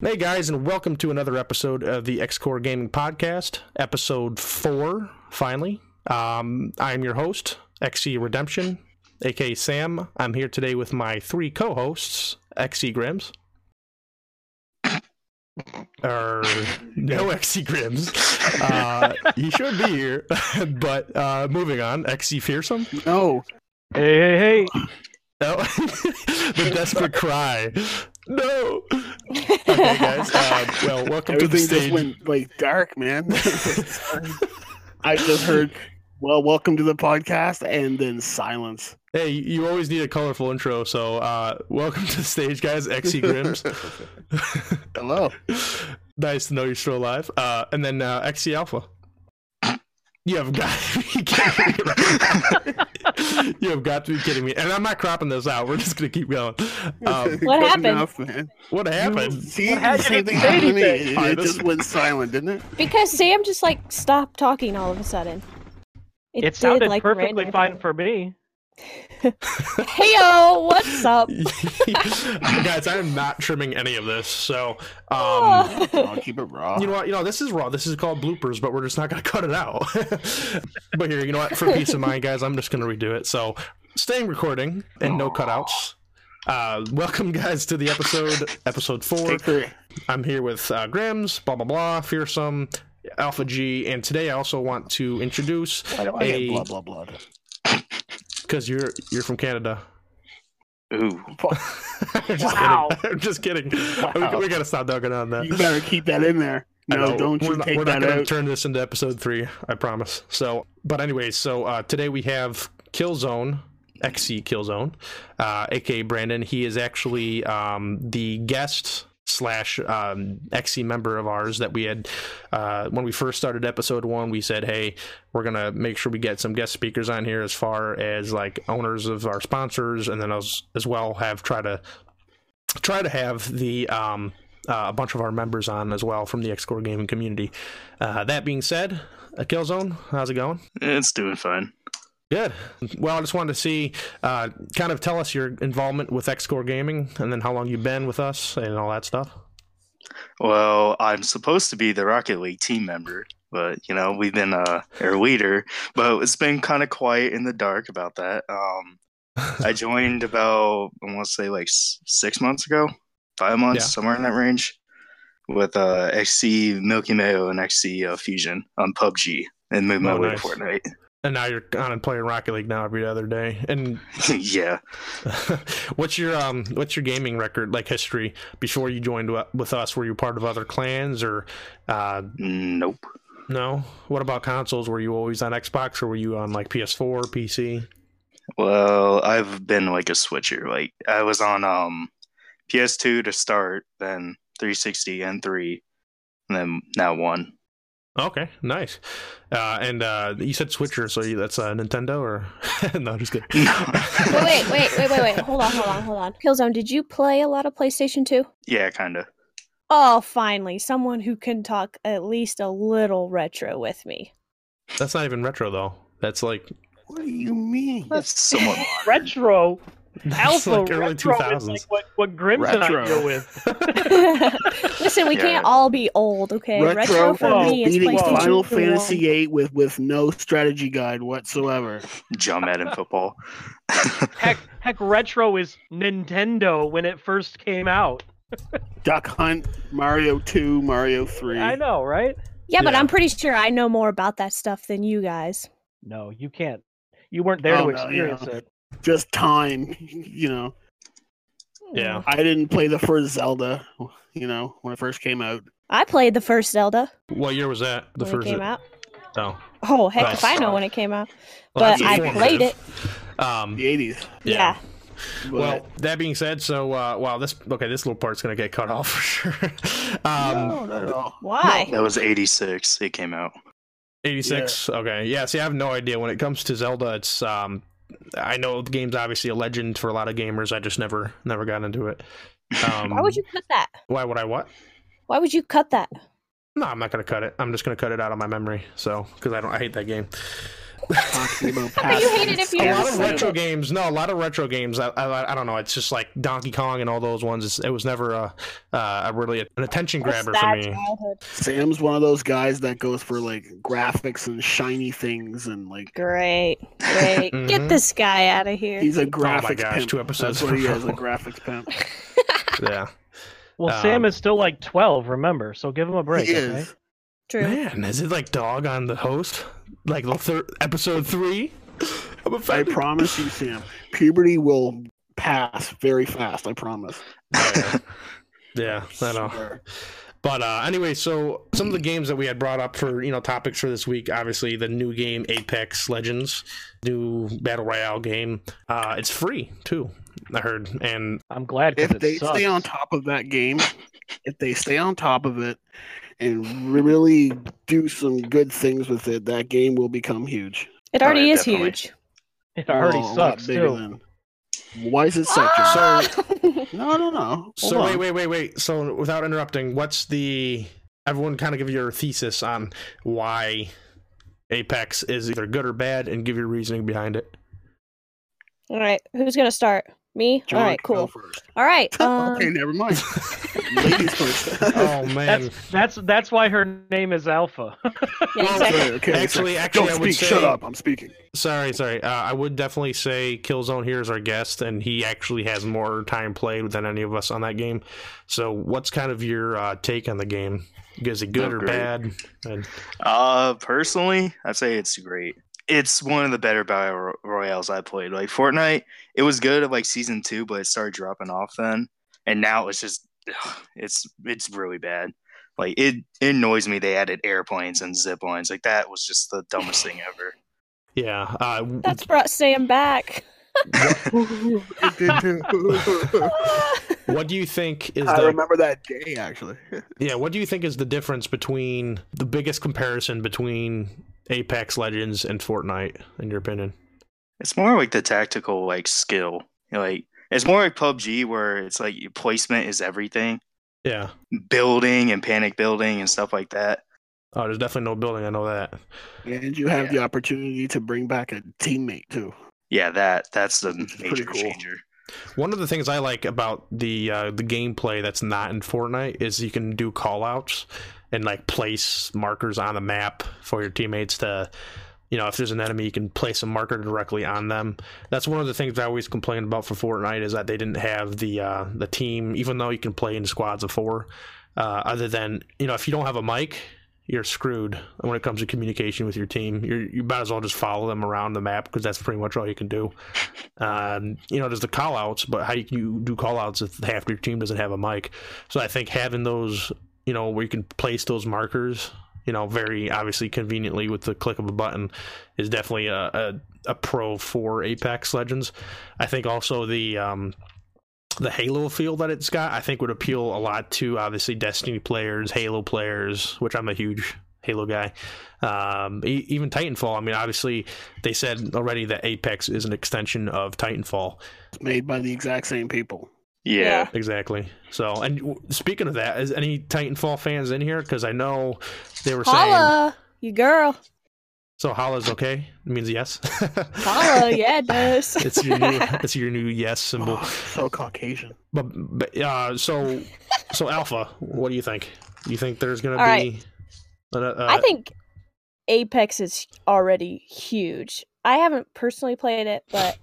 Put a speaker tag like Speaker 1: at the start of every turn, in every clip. Speaker 1: Hey guys, and welcome to another episode of the Xcore Gaming Podcast, episode four. Finally, um, I am your host, XE Redemption, aka Sam. I'm here today with my three co-hosts, XE Grims, or Er, no XE Grims. Uh, he should be here, but uh, moving on, XE Fearsome.
Speaker 2: No.
Speaker 3: Hey, hey, hey.
Speaker 1: No. the desperate cry. No. Okay, guys. Uh, well, welcome to the
Speaker 2: Everything just
Speaker 1: stage.
Speaker 2: went like dark, man. I just heard, well, welcome to the podcast, and then silence.
Speaker 1: hey, you always need a colorful intro, so uh, welcome to the stage, guys. XE Grims.
Speaker 2: Hello.
Speaker 1: nice to know you're still alive. Uh, and then uh, XE Alpha. You have got to be kidding me. you have got to be kidding me. And I'm not cropping this out. We're just gonna keep going. Um,
Speaker 4: What
Speaker 2: Good
Speaker 4: happened?
Speaker 2: Enough, man.
Speaker 1: what happened?
Speaker 2: See,
Speaker 3: Well, how
Speaker 2: the
Speaker 3: did
Speaker 2: same
Speaker 3: it
Speaker 2: thing
Speaker 3: say
Speaker 2: happened to me.
Speaker 3: anything?
Speaker 2: It,
Speaker 1: All right,
Speaker 2: it
Speaker 1: this-
Speaker 2: just went silent, didn't it?
Speaker 4: Because Sam just like stopped talking all of a sudden.
Speaker 3: It,
Speaker 4: did,
Speaker 3: sounded
Speaker 4: like,
Speaker 3: perfectly
Speaker 4: randomly.
Speaker 3: fine for me.
Speaker 4: Heyo, what's up?
Speaker 1: guys, I am not trimming any of this. So, um,
Speaker 4: Oh.
Speaker 2: I'll keep it raw.
Speaker 1: You know what? You know this is raw. This is called bloopers, but we're just not going to cut it out. but here, you know what? For peace of mind, guys, I'm just going to redo it. So, staying recording and no cutouts. Uh, welcome, guys, to the episode, episode four.
Speaker 2: Take three.
Speaker 1: I'm here with uh, Grims, blah blah blah, fearsome, Alpha G, and today I also want to introduce
Speaker 2: Why do I
Speaker 1: Hey.
Speaker 2: get blah blah blah?
Speaker 1: because you're you're from Canada.
Speaker 5: Ooh.
Speaker 2: Fuck.
Speaker 1: I'm just
Speaker 3: Wow.
Speaker 1: kidding. I'm just kidding.
Speaker 2: Wow.
Speaker 1: We, we got to stop dogging on that.
Speaker 2: You better keep that in there.
Speaker 1: I
Speaker 2: No,
Speaker 1: know.
Speaker 2: don't
Speaker 1: we're
Speaker 2: you
Speaker 1: not,
Speaker 2: take
Speaker 1: we're
Speaker 2: that
Speaker 1: not gonna
Speaker 2: out.
Speaker 1: turn this into episode three, I promise. So, but anyways, so uh, today we have Killzone, XC Killzone, uh, aka Brandon. He is actually um, the guest slash um, XC member of ours that we had uh, when we first started episode one. We said, hey, we're gonna make sure we get some guest speakers on here as far as like owners of our sponsors, and then as as well have try to try to have the um, uh, a bunch of our members on as well from the Xcore gaming community. Uh, that being said, uh, Killzone, how's it going?
Speaker 5: It's doing fine.
Speaker 1: Good. Well, I just wanted to see, uh, kind of tell us your involvement with Xcore gaming, and then how long you've been with us, and all that stuff.
Speaker 5: Well, I'm supposed to be the Rocket League team member, but you know, we've been uh our leader, but it's been kind of quiet in the dark about that. Um I joined about I want to say like s- 6 months ago, 5 months,
Speaker 1: Yeah.
Speaker 5: somewhere in that range with uh XC Milky Mayo and XC uh, Fusion on PUBG and moved my
Speaker 1: Oh,
Speaker 5: way
Speaker 1: nice.
Speaker 5: to Fortnite.
Speaker 1: And now you're on and playing Rocket League now every other day. And
Speaker 5: yeah.
Speaker 1: what's your um, what's your gaming record like history before you joined w- with us? Were you part of other clans or uh,
Speaker 5: Nope.
Speaker 1: No. What about consoles? Were you always on Xbox or were you on like PS4, PC?
Speaker 5: Well, I've been like a switcher. Like I was on um PS2 to start, then 360 and 3, and then now 1.
Speaker 1: Okay, nice. Uh, and uh, you said Switcher, so you, that's uh, Nintendo or no? Just kidding.
Speaker 5: No.
Speaker 4: Wait, wait, wait, wait, wait, wait. Hold on, hold on, hold on. Killzone, did you play a lot of PlayStation 2?
Speaker 5: Yeah, kind of.
Speaker 4: Oh, finally, someone who can talk at least a little retro with me.
Speaker 1: That's not even retro though. That's like
Speaker 2: What do you mean?
Speaker 5: It's somewhat
Speaker 3: Retro,
Speaker 1: that's
Speaker 3: alpha,
Speaker 1: like early two
Speaker 3: retro is like
Speaker 1: thousands.
Speaker 3: what, what Grim's and I
Speaker 2: Retro.
Speaker 3: deal with.
Speaker 4: Listen, we
Speaker 5: Yeah.
Speaker 4: can't all be old, okay?
Speaker 2: Retro,
Speaker 4: Retro,
Speaker 1: Oh,
Speaker 4: for
Speaker 3: is
Speaker 2: is
Speaker 4: me is
Speaker 2: beating
Speaker 3: PlayStation
Speaker 2: Final
Speaker 4: 2 and
Speaker 2: Fantasy VIII with with no strategy guide whatsoever.
Speaker 5: jump at in football.
Speaker 3: Heck, heck, retro is Nintendo when it first came out.
Speaker 2: Duck Hunt, Mario 2, Mario 3.
Speaker 3: I know, right?
Speaker 4: Yeah, but
Speaker 1: Yeah.
Speaker 4: I'm pretty sure I know more about that stuff than you guys.
Speaker 3: No, you can't. You weren't there
Speaker 2: Oh,
Speaker 3: to
Speaker 2: no,
Speaker 3: experience
Speaker 2: yeah.
Speaker 3: it.
Speaker 2: Just time, you know.
Speaker 1: Yeah.
Speaker 2: I didn't play the first Zelda, you know, when it first came out.
Speaker 4: I played the first Zelda
Speaker 1: What year was that? The
Speaker 4: when
Speaker 1: first
Speaker 4: it came out.
Speaker 1: No.
Speaker 4: Oh, heck
Speaker 1: Right.
Speaker 4: if I know when it came out.
Speaker 1: Well,
Speaker 4: But
Speaker 1: that's
Speaker 4: I
Speaker 1: informative.
Speaker 4: played it.
Speaker 1: Um,
Speaker 2: The 80s.
Speaker 1: yeah.
Speaker 4: Yeah.
Speaker 2: But
Speaker 1: Well, that being said, so uh, wow, this okay, this little part's gonna get cut off for sure. um,
Speaker 2: no, not at all.
Speaker 4: Why?
Speaker 5: That was 86. It came out.
Speaker 1: 86 okay yeah see i have no idea when it comes to zelda it's um i know the game's obviously a legend for a lot of gamers i just never never got into it um
Speaker 4: Why would you cut that?
Speaker 1: why would i what
Speaker 4: Why would you cut that?
Speaker 1: no i'm not gonna cut it i'm just gonna cut it out of my memory so because i don't i hate that game
Speaker 2: talking about
Speaker 4: But
Speaker 2: past.
Speaker 4: you hate it if you
Speaker 1: a
Speaker 4: Yeah,
Speaker 1: lot
Speaker 4: it's
Speaker 1: of
Speaker 4: like-
Speaker 1: retro games. No, a lot of retro games. I, I, I don't know. It's just like Donkey Kong and all those ones. It's, it was never a, uh, a really an attention
Speaker 4: That's
Speaker 1: grabber for
Speaker 4: bad
Speaker 1: me.
Speaker 4: childhood.
Speaker 2: Sam's one of those guys that goes for like graphics and shiny things and like
Speaker 4: Great, great.
Speaker 1: Mhm.
Speaker 4: Get this guy out of here.
Speaker 2: he's
Speaker 1: Oh
Speaker 2: a graphics
Speaker 1: my gosh,
Speaker 2: pimp.
Speaker 1: two episodes.
Speaker 2: That's what he
Speaker 1: in a
Speaker 2: is, a
Speaker 1: row.
Speaker 2: graphics pimp.
Speaker 1: yeah,
Speaker 3: Well,
Speaker 1: Um,
Speaker 3: Sam is still like 12, remember? So give him a break.
Speaker 2: he
Speaker 3: okay?
Speaker 2: is.
Speaker 4: True.
Speaker 1: man, is it like dog on the host? Like the third episode three? I'm
Speaker 2: I
Speaker 1: offended.
Speaker 2: promise you, Sam. Puberty will pass very fast. I promise.
Speaker 1: yeah, yeah, I know.
Speaker 2: Swear.
Speaker 1: But uh, anyway, so some of the games that we had brought up for you know topics for this week, obviously the new game Apex Legends, new battle royale game. Uh, it's free too, I heard, and
Speaker 3: I'm glad
Speaker 2: If
Speaker 3: because
Speaker 2: they
Speaker 3: it sucks.
Speaker 2: stay on top of that game, if they stay on top of it and really do some good things with it, that game will become huge.
Speaker 4: It already
Speaker 5: yeah,
Speaker 4: is
Speaker 5: definitely.
Speaker 4: huge.
Speaker 3: It already
Speaker 2: Well, oh, a lot
Speaker 3: sucks,
Speaker 2: bigger
Speaker 3: too.
Speaker 2: than- Why is it such? a-
Speaker 4: Ah! So
Speaker 2: No, no, no. Hold
Speaker 1: Ah! so
Speaker 2: on.
Speaker 1: wait, wait, wait, wait. So without interrupting, what's the everyone kind of give your thesis on why Apex is either good or bad, and give your reasoning behind it.
Speaker 4: all right, who's gonna start? Me.
Speaker 2: John,
Speaker 4: all right,
Speaker 2: go
Speaker 4: cool.
Speaker 2: first.
Speaker 4: All right. Um,
Speaker 2: okay, never mind. Ladies first.
Speaker 1: Oh man.
Speaker 3: That's, that's that's why her name is Alpha.
Speaker 4: yeah, exactly.
Speaker 2: Okay, okay,
Speaker 1: Oh, Actually-
Speaker 2: sorry.
Speaker 1: actually,
Speaker 2: don't
Speaker 1: I
Speaker 2: speak.
Speaker 1: would
Speaker 2: Shut
Speaker 1: say-
Speaker 2: up. I'm speaking.
Speaker 1: Sorry, sorry. Uh, I would definitely say Killzone here is our guest, and he actually has more time played than any of us on that game. So, what's kind of your uh, take on the game? Is it good
Speaker 5: Oh,
Speaker 1: or
Speaker 5: great.
Speaker 1: bad? And
Speaker 5: Uh, personally, I'd say it's great. It's one of the better battle ro- royales I played. Like Fortnite, it was good at like season two, but it started dropping off then, and now it's just it's it's really bad. Like it, it annoys me they added airplanes and zip lines. Like that was just the dumbest thing ever.
Speaker 1: yeah, uh, w-
Speaker 4: That's brought Sam back.
Speaker 1: what do you think is
Speaker 2: I
Speaker 1: the
Speaker 2: remember that day actually.
Speaker 1: yeah? What do you think is the difference between the biggest comparison between Apex Legends and Fortnite, in your opinion?
Speaker 5: It's more like the tactical like skill. Like it's more like PUBG where it's like your placement is everything,
Speaker 1: Yeah.
Speaker 5: building and panic building and stuff like that.
Speaker 1: Oh, there's definitely no building. I know that.
Speaker 2: And you have the opportunity to bring back a teammate too.
Speaker 5: Yeah, that that's the
Speaker 2: It's pretty
Speaker 5: major
Speaker 2: cool.
Speaker 5: changer.
Speaker 1: One of the things I like about the uh, the gameplay that's not in Fortnite is you can do callouts and like place markers on the map for your teammates to, you know, if there's an enemy, you can place a marker directly on them. That's one of the things I always complained about for Fortnite is that they didn't have the uh, the team, even though you can play in squads of four. Uh, other than you know, if you don't have a mic, you're screwed when it comes to communication with your team. You're, you might as well just follow them around the map because that's pretty much all you can do. Um, you know, there's the call outs, but how you can you do call outs if half your team doesn't have a mic? So I think having those, you know, where you can place those markers, you know, very obviously conveniently with the click of a button is definitely a, a, a pro for Apex Legends. I think also the, um, the Halo feel that it's got, I think, would appeal a lot to obviously Destiny players, Halo players, which I'm a huge Halo guy. Um, e- even Titanfall. I mean, obviously, they said already that Apex is an extension of Titanfall.
Speaker 2: It's made by the exact same people.
Speaker 5: yeah.
Speaker 4: Yeah.
Speaker 1: Exactly. So, and w- speaking of that, is any Titanfall fans in here? Because I know they were saying.
Speaker 4: Holla, you girl.
Speaker 1: So holla's okay. It means yes.
Speaker 4: Holla, yeah, it does.
Speaker 1: It's your new. It's your new yes symbol.
Speaker 2: Oh, so Caucasian.
Speaker 1: But, but uh, so so Alpha, what do you think? You think there's gonna
Speaker 4: All
Speaker 1: be?
Speaker 4: right.
Speaker 1: Uh, uh,
Speaker 4: I think Apex is already huge. I haven't personally played it, but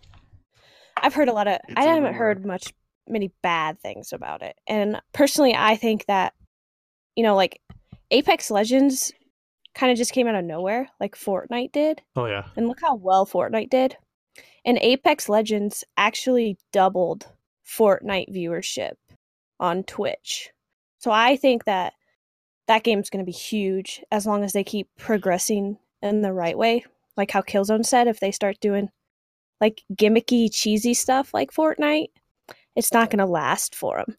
Speaker 4: I've heard a lot of.
Speaker 2: It's
Speaker 4: I haven't
Speaker 2: everywhere.
Speaker 4: heard much many bad things about it, and personally, I think that you know, like Apex Legends, kind of just came out of nowhere, like Fortnite did,
Speaker 1: Oh yeah.
Speaker 4: and look how well Fortnite did. And Apex Legends actually doubled Fortnite viewership on Twitch. So I think that that game's going to be huge as long as they keep progressing in the right way. Like how Killzone said, if they start doing like gimmicky, cheesy stuff like Fortnite, it's not going to last for them.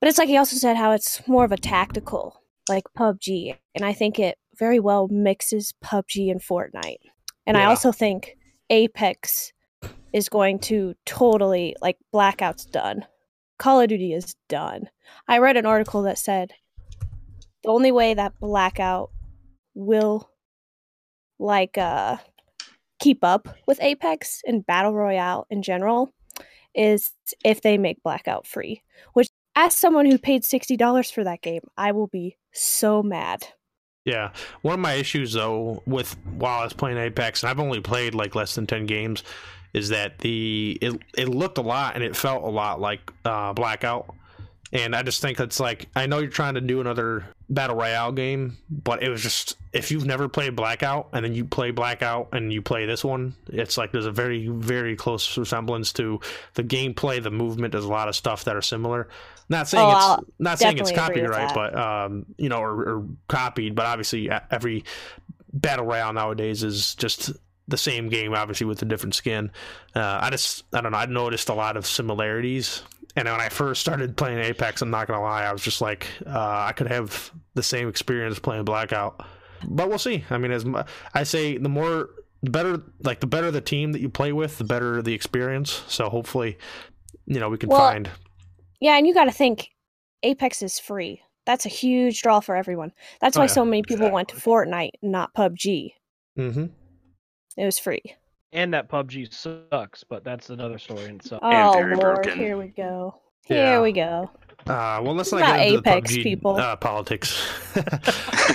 Speaker 4: But it's like he also said how it's more of a tactical, like PUBG. And I think it very well mixes PUBG and Fortnite. And I
Speaker 1: Yeah.
Speaker 4: also think Apex is going to totally, like, Blackout's done. Call of Duty is done. I read an article that said the only way that Blackout will, like, uh, keep up with Apex and Battle Royale in general is if they make Blackout free. Which, as someone who paid $60 for that game, I will be so mad.
Speaker 1: Yeah. One of my issues though with while I was playing Apex and I've only played like less than 10 games is that the it it looked a lot and it felt a lot like uh Blackout. And I just think it's like I know you're trying to do another battle royale game, but it was just if you've never played Blackout and then you play Blackout and you play this one, it's like there's a very very close resemblance to the gameplay, the movement, there's a lot of stuff that are similar. Not saying
Speaker 4: Oh,
Speaker 1: it's
Speaker 4: I'll
Speaker 1: not saying it's
Speaker 4: definitely agree with
Speaker 1: copyright,
Speaker 4: that.
Speaker 1: but um, you know, or, or copied, but obviously e- every battle royale nowadays is just the same game, obviously with a different skin. Uh, I just, I don't know, I noticed a lot of similarities. And when I first started playing Apex, I'm not gonna lie, I was just like, uh, I could have the same experience playing Blackout. But we'll see. I mean, as mu- I say, the more, the better, like the better the team that you play with, the better the experience. So hopefully, you know, we can
Speaker 4: Well,
Speaker 1: find.
Speaker 4: Yeah, and you got to think Apex is free. That's a huge draw for everyone. That's
Speaker 1: Oh,
Speaker 4: why
Speaker 1: yeah,
Speaker 4: so many people went to Fortnite, not PUBG.
Speaker 1: hmm
Speaker 4: It was free.
Speaker 3: and that PUBG sucks, but that's another story in itself.
Speaker 4: Oh,
Speaker 5: very
Speaker 4: Lord,
Speaker 5: broken.
Speaker 4: here we go. Here
Speaker 1: Yeah.
Speaker 4: we go.
Speaker 1: Uh, well, let's
Speaker 4: What
Speaker 1: not
Speaker 4: about
Speaker 1: get into
Speaker 4: Apex,
Speaker 1: the PUBG
Speaker 4: people?
Speaker 1: Uh, politics.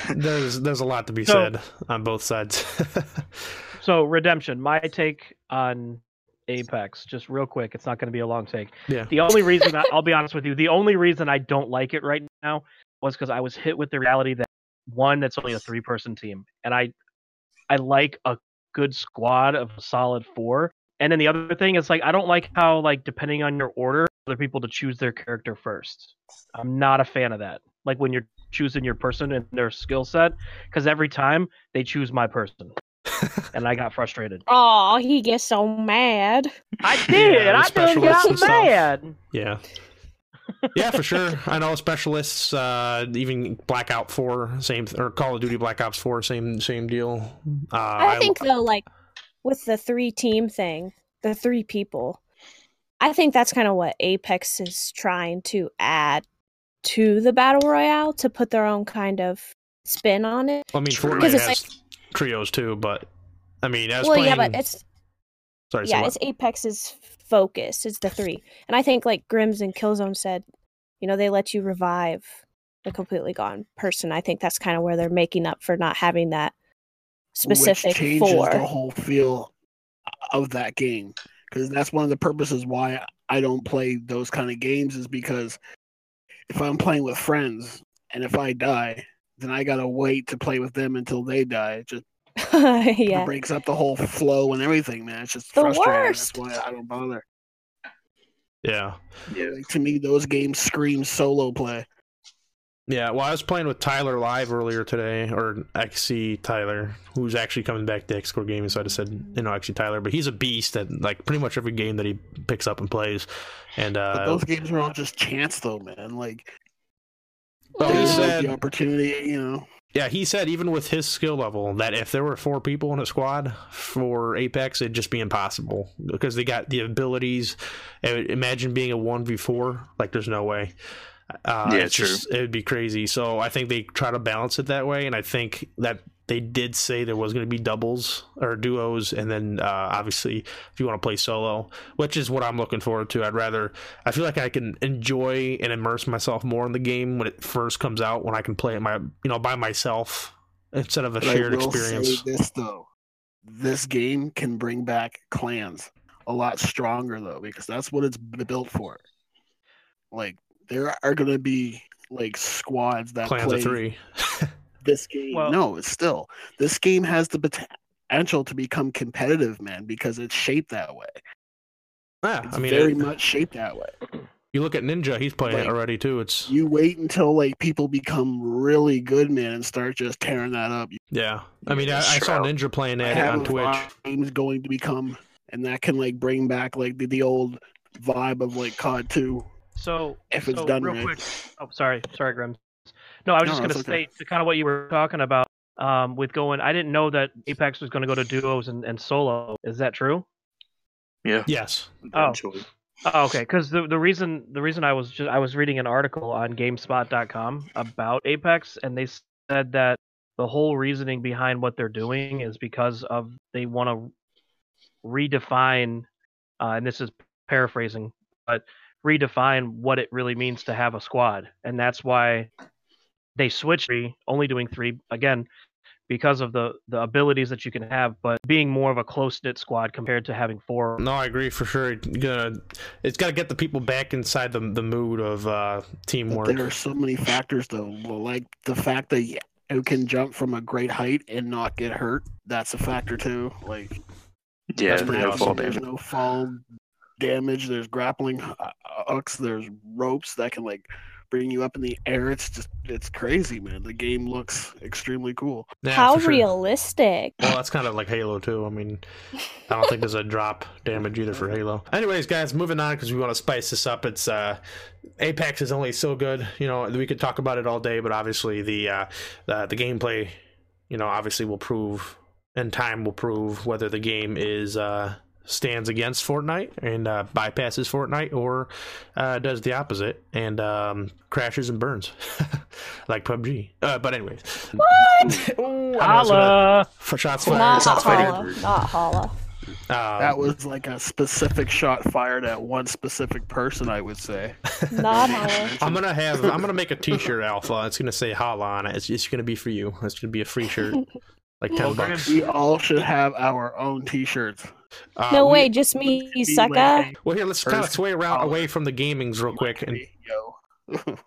Speaker 1: there's there's a lot to be
Speaker 3: So-
Speaker 1: said on both sides.
Speaker 3: So redemption, my take on Apex, just real quick. It's not going to be a long take.
Speaker 1: Yeah.
Speaker 3: The only reason I, I'll be honest with you, the only reason I don't like it right now was because I was hit with the reality that one, that's only a three-person team, and I, I like a good squad of a solid four. And then the other thing is like I don't like how like depending on your order, other people to choose their character first. I'm not a fan of that. Like when you're choosing your person and their skill set, because every time they choose my person, and I got frustrated.
Speaker 4: Oh, he gets so mad.
Speaker 3: I
Speaker 1: did.
Speaker 3: did.
Speaker 1: Yeah, the I
Speaker 3: I
Speaker 1: done specialists
Speaker 3: did
Speaker 1: got and
Speaker 3: got
Speaker 1: stuff.
Speaker 3: mad.
Speaker 1: yeah, yeah, for sure. I know specialists, uh, even Blackout Four, same or Call of Duty Black Ops Four, same same deal. Uh,
Speaker 4: I think though, like with the three team thing, the three people, I think that's kind of what Apex is trying to add to the battle royale to put their own kind of spin on it.
Speaker 1: I mean,
Speaker 5: True.
Speaker 1: Fortnite
Speaker 4: 'Cause
Speaker 1: has
Speaker 4: it's
Speaker 1: trios too, but I mean, as
Speaker 4: well,
Speaker 1: playing,
Speaker 4: yeah, but it's
Speaker 1: sorry, so
Speaker 4: yeah,
Speaker 1: what?
Speaker 4: it's Apex's focus. It's the three, and I think like Grims and Killzone said, you know, they let you revive the completely gone person. I think that's kind of where they're making up for not having that
Speaker 2: which
Speaker 4: specific
Speaker 2: changes
Speaker 4: four.
Speaker 2: the whole feel of that game because that's one of the purposes why I don't play those kind of games is because if I'm playing with friends and if I die, then I gotta wait to play with them until they die. It just it
Speaker 4: yeah,
Speaker 2: breaks up the whole flow and everything, man. It's just
Speaker 4: The
Speaker 2: frustrating.
Speaker 4: worst.
Speaker 2: That's why I don't bother.
Speaker 1: yeah.
Speaker 2: Like, to me, those games scream solo play.
Speaker 1: Yeah, well, I was playing with Tyler live earlier today, or XC Tyler, who's actually coming back to Xcore Gaming. So I just said, you know, XC Tyler, but he's a beast at like pretty much every game that he picks up and plays. And
Speaker 2: But
Speaker 1: uh,
Speaker 2: those games are all just chance, though, man. Like
Speaker 4: Oh,
Speaker 1: Well, he
Speaker 2: there's like,
Speaker 1: said-
Speaker 2: the opportunity, you know.
Speaker 1: yeah, he said even with his skill level, that if there were four people in a squad for Apex, it'd just be impossible because they got the abilities. I would Imagine being a one v four, like there's no way. Uh,
Speaker 5: Yeah,
Speaker 1: it's
Speaker 5: true.
Speaker 1: just- it would be crazy. So I think they try to balance it that way, and I think that they did say there was going to be doubles or duos, and then uh, obviously if you want to play solo, which is what I'm looking forward to. I'd rather I feel like I can enjoy and immerse myself more in the game when it first comes out, when I can play it my you know by myself instead of a
Speaker 2: But
Speaker 1: shared
Speaker 2: I will
Speaker 1: experience.
Speaker 2: Say this though, this game can bring back clans a lot stronger though, because that's what it's b- built for. Like there are going to be like squads that
Speaker 1: Clans
Speaker 2: play
Speaker 1: of three.
Speaker 2: this game.
Speaker 3: Well-
Speaker 2: no, it's still this game has the potential to become competitive, man, because it's shaped that way.
Speaker 1: Yeah,
Speaker 2: It's
Speaker 1: I mean,
Speaker 2: very
Speaker 1: it-
Speaker 2: much shaped that way.
Speaker 1: you look at Ninja; he's playing
Speaker 2: Like,
Speaker 1: it already too. It's
Speaker 2: You wait until like people become really good, man, and start just tearing that up.
Speaker 1: yeah. I mean,
Speaker 5: Yeah,
Speaker 1: I, I saw
Speaker 5: Shroud.
Speaker 1: Ninja playing at it
Speaker 2: have
Speaker 1: on
Speaker 2: a
Speaker 1: Twitch.
Speaker 2: vibe is going to become, and that can like bring back like the, the old vibe of like COD two.
Speaker 3: So
Speaker 2: If it's
Speaker 3: so
Speaker 2: done
Speaker 3: real
Speaker 2: right.
Speaker 3: quick. Oh, sorry, sorry, Grims. No, I was
Speaker 2: No,
Speaker 3: just gonna
Speaker 2: it's okay.
Speaker 3: say to kind of what you were talking about um, with going. I didn't know that Apex was gonna go to duos and, and solo. Is that true?
Speaker 5: yeah.
Speaker 1: Yes.
Speaker 5: eventually.
Speaker 3: Oh, okay. Because the, the reason the reason I was just I was reading an article on Gamespot.com about Apex, and they said that the whole reasoning behind what they're doing is because of they want to redefine, uh, and this is paraphrasing, but redefine what it really means to have a squad, and that's why they switched three, only doing three again because of the the abilities that you can have, but being more of a close knit squad compared to having four.
Speaker 1: No, I agree for sure. It's gonna, it's got to get the people back inside the the mood of uh,
Speaker 2: But
Speaker 1: teamwork.
Speaker 2: there are so many factors though, like the fact that you can jump from a great height and not get hurt. That's a factor too. Like
Speaker 5: Yeah,
Speaker 1: That's pretty
Speaker 5: no
Speaker 1: awesome.
Speaker 5: fall
Speaker 2: There's
Speaker 5: damage.
Speaker 2: no fall damage. There's grappling h- uh, hooks. There's ropes that can like bring you up in the air. It's just it's crazy, man. The game looks extremely cool.
Speaker 1: Yeah,
Speaker 4: How
Speaker 1: for sure.
Speaker 4: realistic.
Speaker 1: Well, that's kind of like Halo too. I mean, I don't think there's a drop damage either for Halo. Anyways, guys, moving on because we want to spice this up. It's uh, Apex is only so good. You know, we could talk about it all day, but obviously the uh, the, the gameplay, you know, obviously will prove and time will prove whether the game is uh, stands against Fortnite and uh, bypasses Fortnite or uh, does the opposite and um, crashes and burns like PUBG. Uh, but anyways,
Speaker 4: What?
Speaker 1: Ooh, I know it's gonna-
Speaker 3: Holla!
Speaker 1: for shots fired.
Speaker 4: Not
Speaker 5: Sounds pretty
Speaker 4: holla.
Speaker 5: good.
Speaker 4: Not holla.
Speaker 1: Um,
Speaker 2: That was like a specific shot fired at one specific person, I would say.
Speaker 4: Not holla.
Speaker 1: I'm gonna have. I'm gonna make a T-shirt alpha. It's gonna say "Holla" on it. It's, it's gonna be for you. It's gonna be a free shirt, like ten bucks.
Speaker 2: We all should have our own T-shirts.
Speaker 1: Uh,
Speaker 4: No
Speaker 1: we-
Speaker 4: way, just me, you sucker.
Speaker 1: Well, here let's kind of
Speaker 2: First
Speaker 1: sway around
Speaker 2: holla.
Speaker 1: away from the gamings real quick. And
Speaker 2: Yo.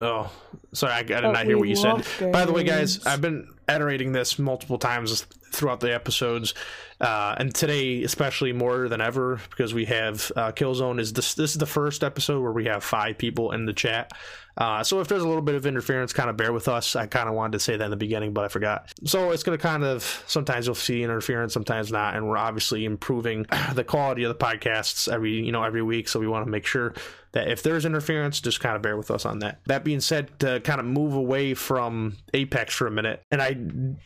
Speaker 1: oh, sorry, I, I did not hear what you said. By the way, guys, I've been iterating this multiple times throughout the episodes, uh, and today especially more than ever because we have uh, Killzone. Is this this is the first episode where we have five people in the chat? Uh, so if there's a little bit of interference, kind of bear with us. I kind of wanted to say that in the beginning, but I forgot. So it's going to kind of sometimes you'll see interference, sometimes not, and we're obviously improving the quality of the podcasts every you know every week. So we want to make sure that if there's interference, just kind of bear with us on that. That being said, to kind of move away from Apex for a minute, and I